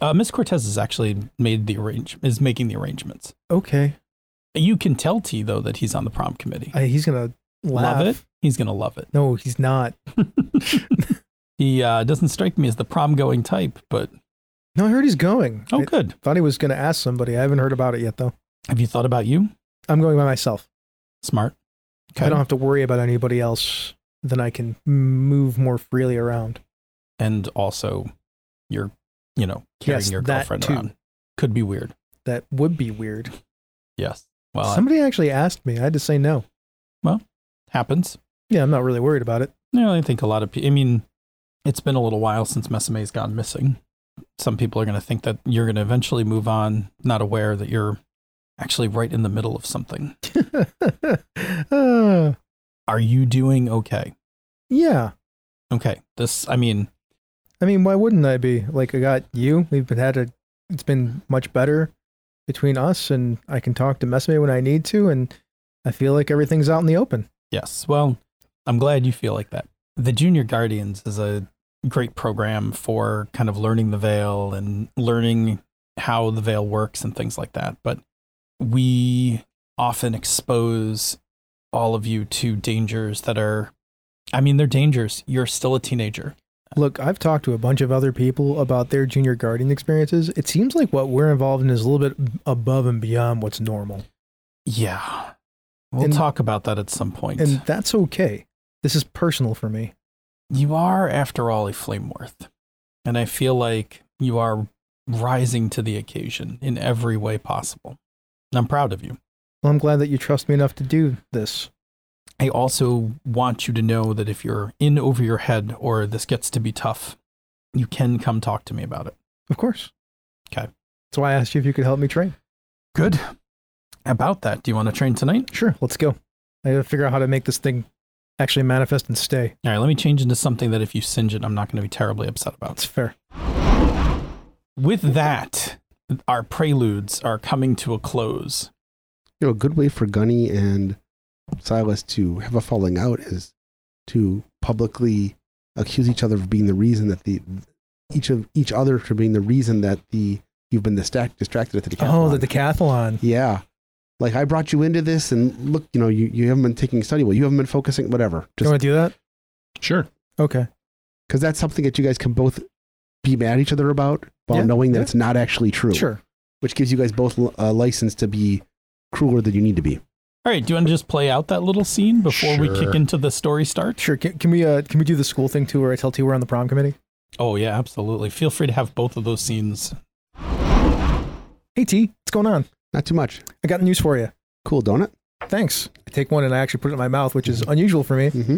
Uh, Miss Cortez has actually made the arrange- is making the arrangements. Okay, You can tell T though that he's on the prom committee. I, he's gonna laugh. Love it. He's gonna love it. No, he's not. He uh, doesn't strike me as the prom going type, but No, I heard he's going. Oh, I good. thought he was going to ask somebody. I haven't heard about it yet, though. Have you thought about you? I'm going by myself. Smart. Okay. I don't have to worry about anybody else. Then I can move more freely around. and also, you're, you know, carrying Yes, your that girlfriend too. around. Could be weird. That would be weird. Yes. Well, it Somebody actually asked me. I had to say no. happens. Yeah, I'm not really worried about it. No, I think a lot of people. I mean, it's been a little while since Messime's gone missing. Some people are going to think that you're going to eventually move on, not aware that you're actually right in the middle of something. Uh, Are you doing okay? yeah. Okay. This, I mean, I mean, why wouldn't I be? Like, I got you. We've been had a. It's been much better between us, and I can talk to Mesme when I need to, and I feel like everything's out in the open. Yes. Well, I'm glad you feel like that. The Junior Guardians is a great program for kind of learning the veil and learning how the veil works and things like that. But we often expose all of you to dangers that are, I mean, they're dangers. You're still a teenager. Look, I've talked to a bunch of other people about their junior guardian experiences. It seems like what we're involved in is a little bit above and beyond what's normal. Yeah. We'll And- talk about that at some point. And that's okay. This is personal for me. you are, after all, a Flameworth. And I feel like you are rising to the occasion in every way possible. And I'm proud of you. Well, I'm glad that you trust me enough to do this. I also want you to know that if you're in over your head or this gets to be tough, you can come talk to me about it. Of course. Okay. That's why I asked you if you could help me train. Good. About that, do you want to train tonight? Sure, let's go. I gotta figure out how to make this thing actually manifest and stay. All right, let me change into something that if you singe it, I'm not going to be terribly upset about. That's fair. With that, our preludes are coming to a close. you know, a good way for Gunny and Silas to have a falling out is to publicly accuse each other of being the reason that the each of each other for being the reason that the you've been distract, distracted at the decathlon. Oh, the decathlon. yeah. Like I brought you into this, and look, you know, you, you haven't been taking study well, you haven't been focusing, whatever. Do Just you want to do that? Sure. Okay. because that's something that you guys can both be mad at each other about while Yeah, knowing that yeah. it's not actually true. Sure. Which gives you guys both a license to be crueler than you need to be. All right, do you want to just play out that little scene before we kick Sure. into the story start? Sure. Can, can we uh, can we do the school thing too, where I tell T we're on the prom committee? Oh, yeah, absolutely. Feel free to have both of those scenes. Hey T, what's going on? Not too much. I got news for you. Cool, don't it? Thanks. I take one and I actually put it in my mouth, which is unusual for me. Mm-hmm.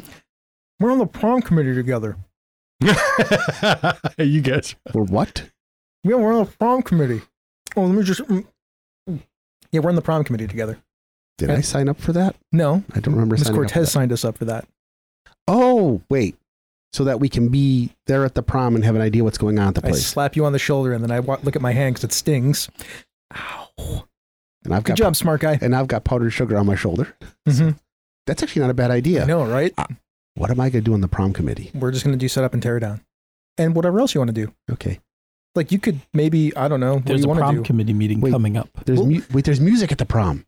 We're on the prom committee together. you guys. Or what? Yeah, we're on the prom committee. Oh, let me just. mm. Yeah, we're on the prom committee together. Did Yeah. I sign up for that? No, I don't remember Miss signing up for Cortez that. signed us up for that. Oh, wait. So that we can be there at the prom and have an idea what's going on at the I place. slap you on the shoulder and then I wa- look at my hand because it stings. Ow. and I've Good got job, smart guy. and I've got powdered sugar on my shoulder. Mhm. That's actually not a bad idea. I know, right? Ah. What am I going to do on the prom committee? We're just going to do set up and tear down. And whatever else you want to do. Okay. Like you could maybe, I don't know, what There's do you a want prom to do? committee meeting Wait. coming up. There's Well- mu- wait, there's music at the prom.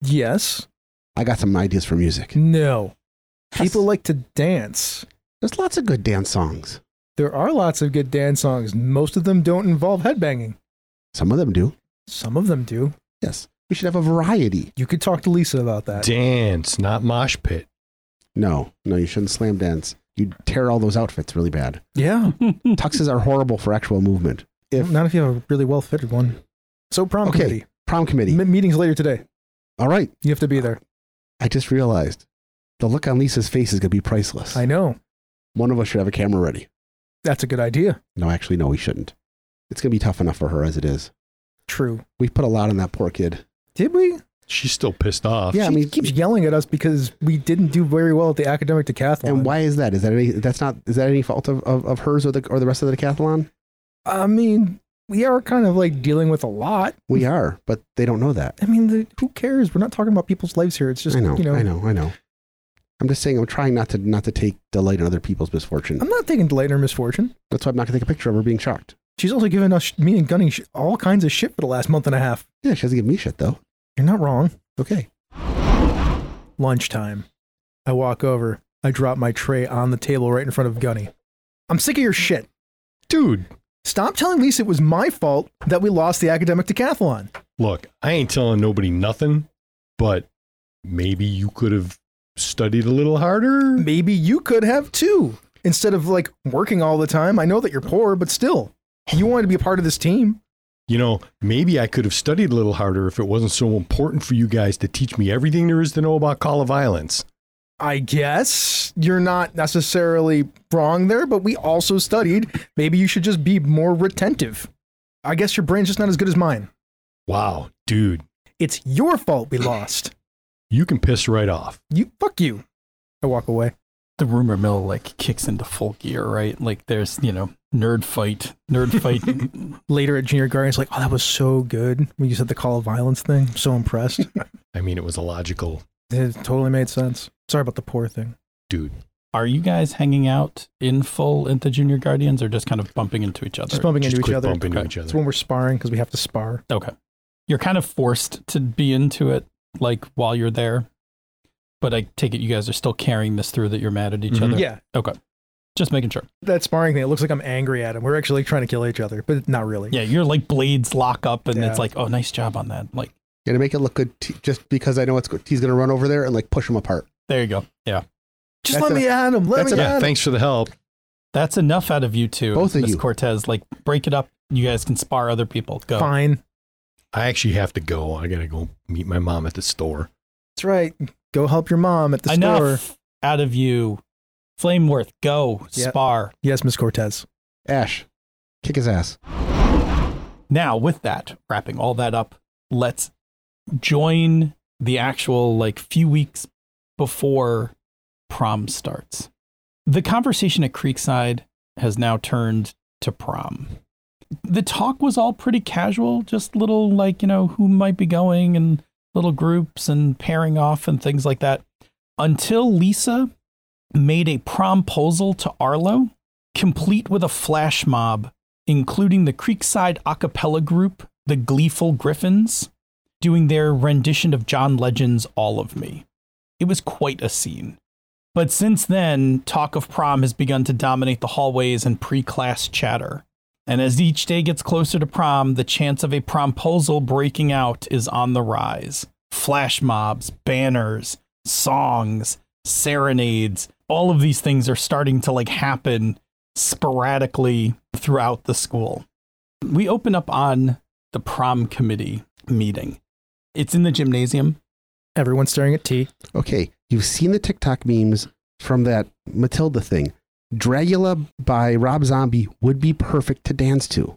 yes. I got some ideas for music. No. People Yes. like to dance. There's lots of good dance songs. There are lots of good dance songs. Most of them don't involve headbanging. Some of them do. Some of them do. Yes. We should have a variety. You could talk to Lisa about that. Dance, not mosh pit. No, no, you shouldn't slam dance. You tear all those outfits really bad. Yeah. Tuxes are horrible for actual movement. If Not if you have a really well fitted one. So prom Okay, committee. prom committee. M- meetings later today. All right. You have to be there. I just realized the look on Lisa's face is going to be priceless. I know. One of us should have a camera ready. That's a good idea. No, actually, no, we shouldn't. It's going to be tough enough for her as it is. True. We've put a lot on that poor kid. Did we? She's still pissed off. Yeah, I she mean, keeps yelling at us because we didn't do very well at the academic decathlon. and why is that? Is that any? That's not. Is that any fault of, of, of hers or the or the rest of the decathlon? I mean, we are kind of like dealing with a lot. We are, but they don't know that. I mean, the, who cares? We're not talking about people's lives here. It's just I know, you know. I know, I know. I'm just saying, I'm trying not to not to take delight in other people's misfortune. I'm not taking delight in her misfortune. That's why I'm not going to take a picture of her being shocked. She's also given us, me and Gunny, sh- all kinds of shit for the last month and a half. Yeah, she doesn't give me shit though. You're not wrong. Okay. Lunchtime. I walk over. I drop my tray on the table right in front of Gunny. I'm sick of your shit. Dude, Stop telling Lisa it was my fault that we lost the academic decathlon. Look, I ain't telling nobody nothing, but maybe you could have studied a little harder. Maybe you could have too. Instead of like working all the time, I know that you're poor, but still, you wanted to be a part of this team. You know, maybe I could have studied a little harder if it wasn't so important for you guys to teach me everything there is to know about Call of Violence. I guess you're not necessarily wrong there, but we also studied. Maybe you should just be more retentive. I guess your brain's just not as good as mine. Wow, dude, It's your fault we lost. you can piss right off. You fuck you. I walk away. the rumor mill like kicks into full gear, right? Like there's, you know, nerd fight, nerd fight. Later at junior guard, it's like, oh, that was so good when you said the call of violence thing. I'm so impressed. it I mean, it was a logical totally made sense. Sorry about the poor thing. dude. Are you guys hanging out in full into Junior Guardians or just kind of bumping into each other? Just bumping Just into each quick other. bump into Okay. each It's other. when we're sparring because we have to spar. Okay. You're kind of forced to be into it like while you're there. But I take it you guys are still carrying this through that you're mad at each Mhm. other. Yeah, Okay. Just making sure. that sparring thing. It looks like I'm angry at him. We're actually trying to kill each other, but not really. Yeah, you're like blades lock up and it's Yeah. like, oh nice job on that. Like Gonna make it look good t- just because I know it's good. He's gonna run over there and like push him apart. there you go. Yeah. Just That's let me at him. Let that's me an- at Yeah, him. thanks for the help. That's enough out of you two. Both of Miss you. Cortez, like break it up. You guys can spar other people. Go. Fine. I actually have to go. I gotta go meet my mom at the store. That's right. Go help your mom at the store. Enough out of you. Flameworth, go Yep. spar. Yes, Miss Cortez. Ash, kick his ass. Now, with that, wrapping all that up, let's join the actual like few weeks before prom starts. The conversation at Creekside has now turned to prom. The talk was all pretty casual, just little like, you know, who might be going and little groups and pairing off and things like that. Until Lisa made a promposal to Arlo, complete with a flash mob including the Creekside a cappella group, the Gleeful Griffins, doing their rendition of John Legend's All of Me. It was quite a scene. But since then, talk of prom has begun to dominate the hallways and pre class chatter. And as each day gets closer to prom, the chance of a promposal breaking out is on the rise. Flash mobs, banners, songs, serenades, all of these things are starting to like happen sporadically throughout the school. We open up on the prom committee meeting. It's in the gymnasium. Everyone's staring at T. Okay, you've seen the TikTok memes from that Matilda thing. Dragula by Rob Zombie would be perfect to dance to.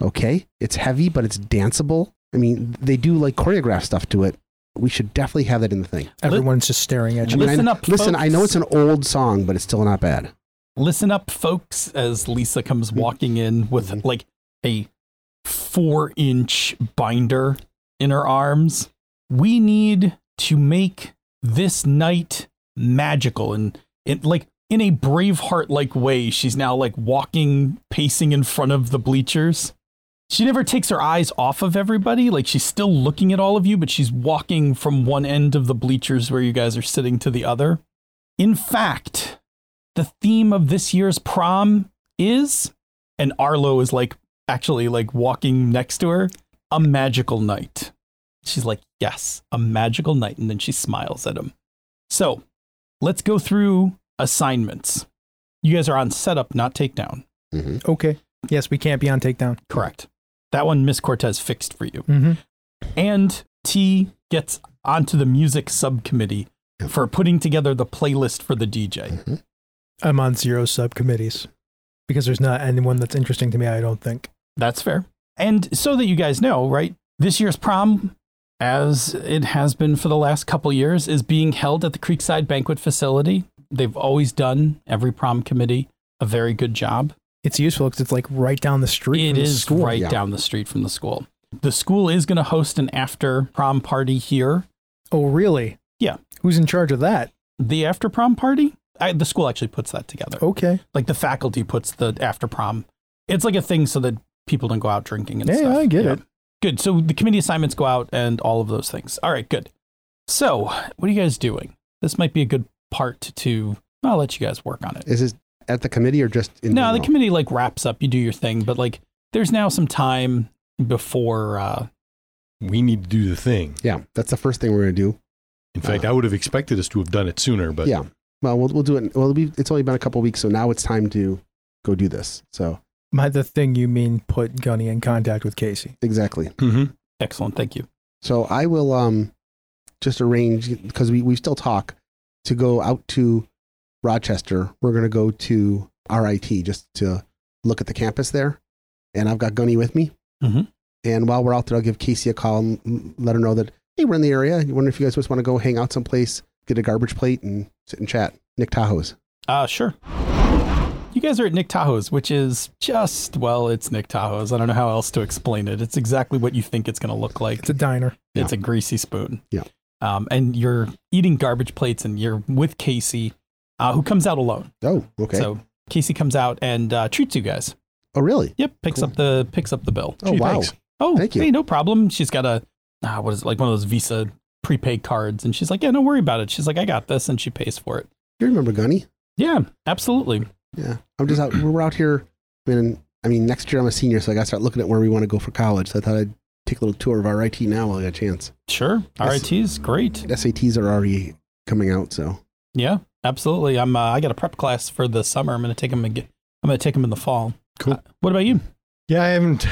Okay, it's heavy, but it's danceable. I mean, they do like choreograph stuff to it. We should definitely have that in the thing. Everyone's just staring at I you. mean, I- Listen up, listen. I know folks. it's an old song, but it's still not bad. Listen up, folks, as Lisa comes walking in with like a four inch binder in her arms. We need to make this night magical. And it, like in a Braveheart like way, she's now like walking, pacing in front of the bleachers. She never takes her eyes off of everybody. Like she's still looking at all of you, but she's walking from one end of the bleachers where you guys are sitting to the other. In fact, the theme of this year's prom is and arlo is like actually like walking next to her a magical night she's like yes a magical night and then she smiles at him so let's go through assignments you guys are on setup not takedown Okay. Yes, we can't be on takedown. correct that one miss cortez fixed for you Mm-hmm. and T gets onto the music subcommittee for putting together the playlist for the DJ. I'm on zero subcommittees because there's not anyone that's interesting to me. I don't think. That's fair. And so that you guys know, right? This year's prom, as it has been for the last couple years, is being held at the Creekside Banquet Facility. They've always done every prom committee a very good job. It's useful because it's like right down the street. It from the is school. right yeah. down the street from the school. The school is going to host an after prom party here. Oh, really? Yeah. Who's in charge of that? The after prom party, I, the school actually puts that together. Okay. Like the faculty puts the after prom. It's like a thing so that people don't go out drinking and Yeah, stuff. I get Yeah. it. Good. So the committee assignments go out and all of those things. All right, good. So what are you guys doing? This might be a good part to. I'll let you guys work on it. Is it at the committee or just in no, the general? committee like wraps up. You do your thing, but like there's now some time before. Uh, We need to do the thing. Yeah, that's the first thing we're going to do. Uh. In fact, I would have expected us to have done it sooner, but yeah. Well, we'll we'll do it. Well, it'll be, it's only been a couple weeks, so now it's time to go do this. So By the thing you mean, put Gunny in contact with Casey. exactly. Mhm. excellent, thank you. So I will um just arrange because we, we still talk to go out to Rochester. We're gonna go to RIT just to look at the campus there. And I've got Gunny with me. Mhm. And while we're out there, I'll give Casey a call and l- let her know that hey, we're in the area. You wonder if you guys just want to go hang out someplace, get a garbage plate, and sit and chat. Nick Tahoe's. Uh, sure. You guys are at Nick Tahoe's, which is just well, it's Nick Tahoe's. I don't know how else to explain it. It's exactly what you think it's going to look like. It's a diner. It's a greasy spoon. Yeah. Um, and you're eating garbage plates, and you're with Casey, uh, who comes out alone. Oh, okay. So Casey comes out and uh, treats you guys. oh, really? Yep, picks Cool. up the picks up the bill. Oh, wow. thanks. Oh, Thank you. Hey, no problem. She's got a uh, what is it like one of those Visa prepaid cards, and she's like, yeah, don't worry about it. She's like, I got this, and she pays for it. You remember Gunny? Yeah, absolutely. Yeah. I'm just out. We're out here. I mean, I mean, next year I'm a senior, so I got to start looking at where we want to go for college. So I thought I'd take a little tour of RIT now while I got a chance. Sure. Yes. RIT's great. SATs are already coming out, so Yeah, absolutely. I'm. Uh, I got a prep class for the summer. I'm going to take them. Again. I'm going to take them in the fall. Cool. Uh, what about you? yeah, I haven't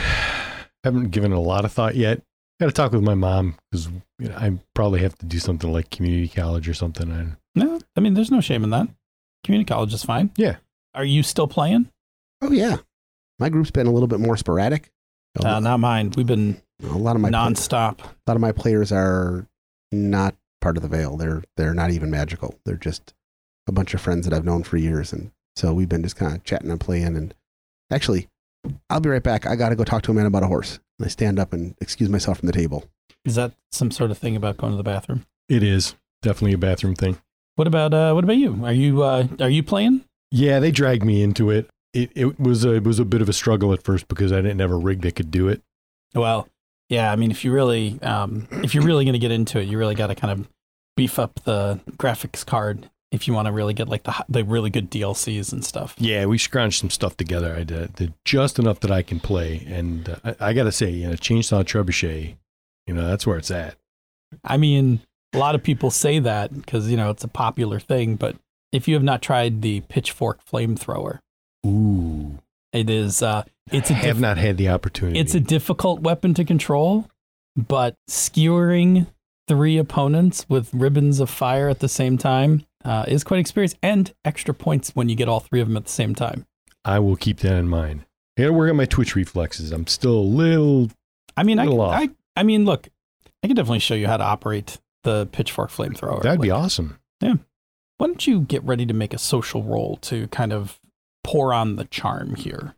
haven't given it a lot of thought yet. Got to talk with my mom because you know, I probably have to do something like community college or something. I, No, I mean, there's no shame in that. Community college is fine. Yeah. Are you still playing? oh yeah, my group's been a little bit more sporadic. A, Uh, not mine. We've been a lot of my nonstop. a lot of my players are not part of the veil. They're they're not even magical. They're just a bunch of friends that I've known for years, and so we've been just kind of chatting and playing. And actually, I'll be right back. I got to go talk to a man about a horse. And I stand up and excuse myself from the table. Is that some sort of thing about going to the bathroom? it is definitely a bathroom thing. What about uh, what about you? Are you uh, are you playing? Yeah, they dragged me into it. It it was a it was a bit of a struggle at first because I didn't have a rig that could do it. Well, yeah. I mean, if you really um, if you're really going to get into it, you really got to kind of beef up the graphics card if you want to really get like the hi- the really good DLCs and stuff. Yeah, we scrounged some stuff together. I did, did just enough that I can play, and uh, I, I gotta say, you know, chainsaw trebuchet, you know, that's where it's at. I mean, a lot of people say that because you know it's a popular thing, but if you have not tried the pitchfork flamethrower, Ooh, it is uh, it's a I have diff- not had the opportunity. it's a difficult weapon to control, but skewering three opponents with ribbons of fire at the same time uh, is quite an experience and extra points when you get all three of them at the same time. I will keep that in mind. I gotta work on my twitch reflexes. I'm still a little. I mean, I, Little off. I I mean, look, I can definitely show you how to operate the pitchfork flamethrower. That'd be Like, awesome. Why don't you get ready to make a social roll to kind of pour on the charm here?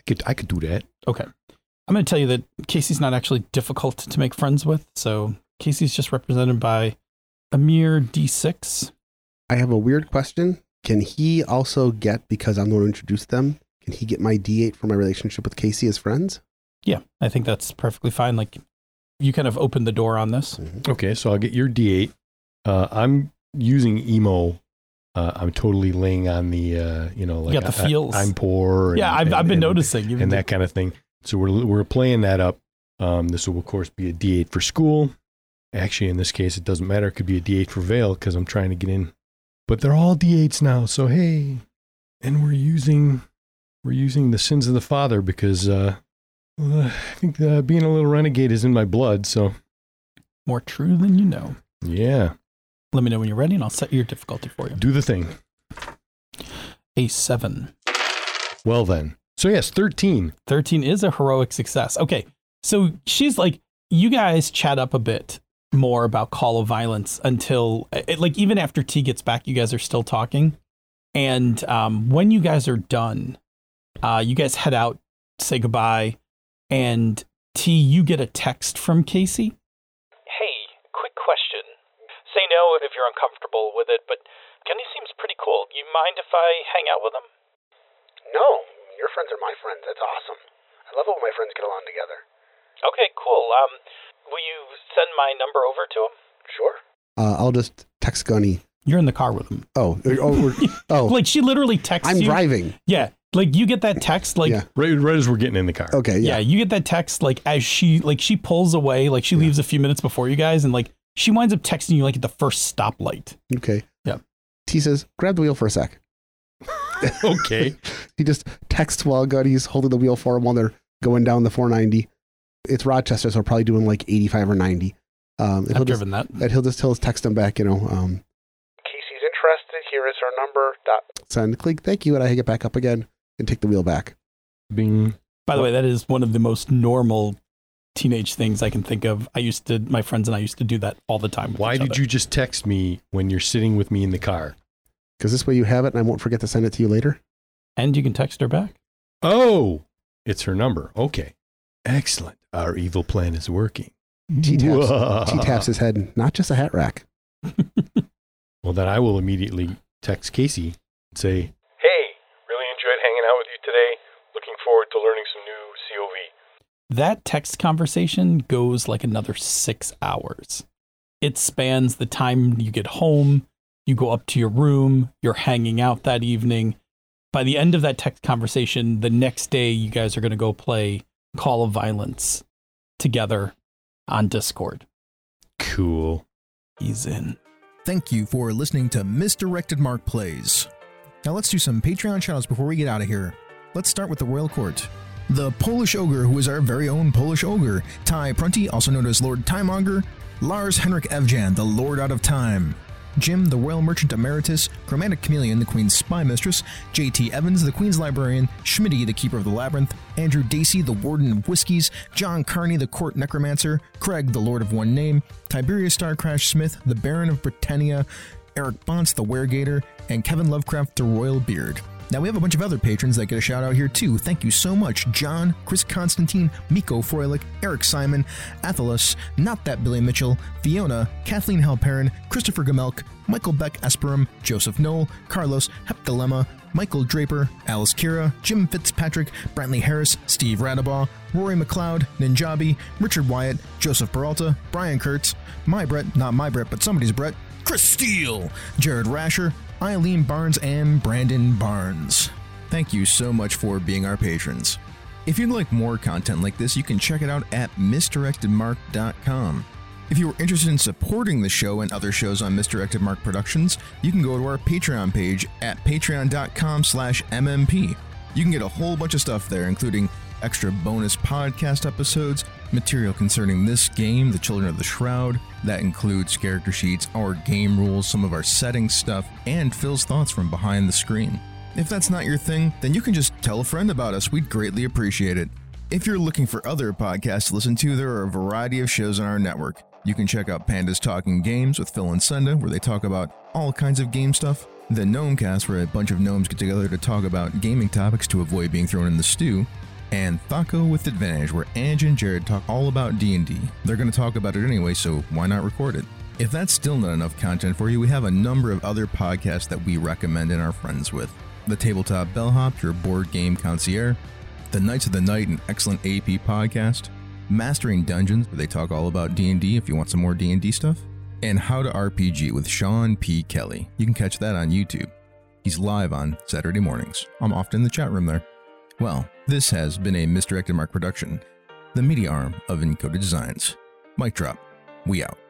I could I could do that. Okay. I'm going to tell you that Casey's not actually difficult to make friends with. So Casey's just represented by a mere D6. I have a weird question. Can he also get because I'm the one who introduced them? Can he get my D8 for my relationship with Casey as friends? Yeah, I think that's perfectly fine. Like, you kind of opened the door on this. Okay, so I'll get your D8. Uh, I'm using emo. Uh, I'm totally laying on the uh, you know like got the I, feels. I, am poor. and- yeah, I've, and- I've been and- noticing. You've and been- that kind of thing. So we're we're playing that up. Um, this will of course be a D8 for school. Actually, in this case, it doesn't matter. It could be a D8 for Veil because I'm trying to get in. But they're all D8s now. So hey, and we're using we're using the sins of the father because uh, uh, I think uh, being a little renegade is in my blood. So more true than you know. yeah, Let me know when you're ready, and I'll set your difficulty for you. do the thing. A7. Well then, so yes, thirteen. 13 is a heroic success. Okay. So she's like, you guys chat up a bit more about Call of Violence until, it, like, even after T gets back, you guys are still talking. And um, when you guys are done, uh, you guys head out, say goodbye. And T, you get a text from Casey. Hey, quick question. Say no if you're uncomfortable with it, but Gunny seems pretty cool. You mind if I hang out with him? No, your friends are my friends. That's awesome. I love it when my friends get along together. Okay, cool. Um, will you send my number over to him? Sure. Uh, I'll just text Gunny. You're in the car with him. Oh, oh, we're- oh Like she literally texts I'm you. driving. Yeah. Like you get that text like Yeah. Right, right as we're getting in the car. Okay, yeah. yeah. you get that text like as she like she pulls away, like she leaves a few minutes before you guys and like she winds up texting you like at the first stoplight. Okay. Yep. T says, grab the wheel for a sec. Okay. He just texts while God, he's holding the wheel for him while they're going down the 490. It's Rochester, so probably doing like 85 or 90. Um, and he'll I've just, driven that. and he'll just he'll just text him back, you know, um, Casey's interested. Here is her number. Dot. send click, thank you, and I hang it back up again and take the wheel back. Bing. By the way, that is one of the most normal teenage things I can think of. I used to my friends and I used to do that all the time. with Why each did other. you just text me when you're sitting with me in the car? Because this way you have it, and I won't forget to send it to you later. And you can text her back. Oh, it's her number. Okay. Excellent. Our evil plan is working. T taps, Whoa. T taps his head, not just a hat rack. Well, then I will immediately text Casey and say, Hey, really enjoyed hanging out with you today. Looking forward to learning some new COV. That text conversation goes like another six hours. It spans the time you get home, you go up to your room, you're hanging out that evening. By the end of that text conversation, the next day, you guys are going to go play Call of Violence together on Discord. cool. He's in. Thank you for listening to Misdirected Mark Plays. Now let's do some Patreon shoutouts before we get out of here. Let's start with the Royal Court. The Polish Ogre, who is our very own Polish Ogre, Ty Prunty, also known as Lord Timemonger, Lars Henrik Evjan, the Lord Out of Time, Jim, the Royal Merchant Emeritus, Chromatic Chameleon, the Queen's Spy Mistress, J.T. Evans, the Queen's Librarian, Schmitty, the Keeper of the Labyrinth, Andrew Dacey, the Warden of Whiskies, John Carney, the Court Necromancer, Craig, the Lord of One Name, Tiberius Starcrash Smith, the Baron of Britannia, Eric Bontz, the Weregator, and Kevin Lovecraft, the Royal Beard. Now, we have a bunch of other patrons that get a shout out here, too. Thank you so much, John, Chris Constantine, Miko Froelich, Eric Simon, Athalas, Not That Billy Mitchell, Fiona, Kathleen Halperin, Christopher Gamelk, Michael Beck Esperum, Joseph Knoll, Carlos Heptilemma, Michael Draper, Alice Kira, Jim Fitzpatrick, Brantley Harris, Steve Radabaugh, Rory McLeod, Ninjabi, Richard Wyatt, Joseph Peralta, Brian Kurtz, my Brett, not my Brett, but somebody's Brett, Chris Steele, Jared Rasher, Eileen Barnes, and Brandon Barnes. Thank you so much for being our patrons. If you'd like more content like this, you can check it out at misdirectedmark.com. If you are interested in supporting the show and other shows on Misdirected Mark Productions, you can go to our Patreon page at patreon.com slash mmp. You can get a whole bunch of stuff there, including extra bonus podcast episodes, material concerning this game, The Children of the Shroud. That includes character sheets, our game rules, some of our setting stuff, and Phil's thoughts from behind the screen. If that's not your thing, then you can just tell a friend about us. We'd greatly appreciate it. If you're looking for other podcasts to listen to, there are a variety of shows on our network. You can check out Pandas Talking Games with Phil and Senda, where they talk about all kinds of game stuff. The Gnomecast, where a bunch of gnomes get together to talk about gaming topics to avoid being thrown in the stew. And Thaco with Advantage, where Ange and Jared talk all about D&D. They're going to talk about it anyway, so why not record it? If that's still not enough content for you, we have a number of other podcasts that we recommend and are friends with. The Tabletop Bellhop, your board game concierge. The Knights of the Night, an excellent AP podcast. Mastering Dungeons, where they talk all about D&D if you want some more D&D stuff. And How to RPG with Sean P. Kelly. You can catch that on YouTube. He's live on Saturday mornings. I'm often in the chat room there. Well, this has been a Misdirected Mark production, the media arm of Encoded Designs. Mic drop. We out.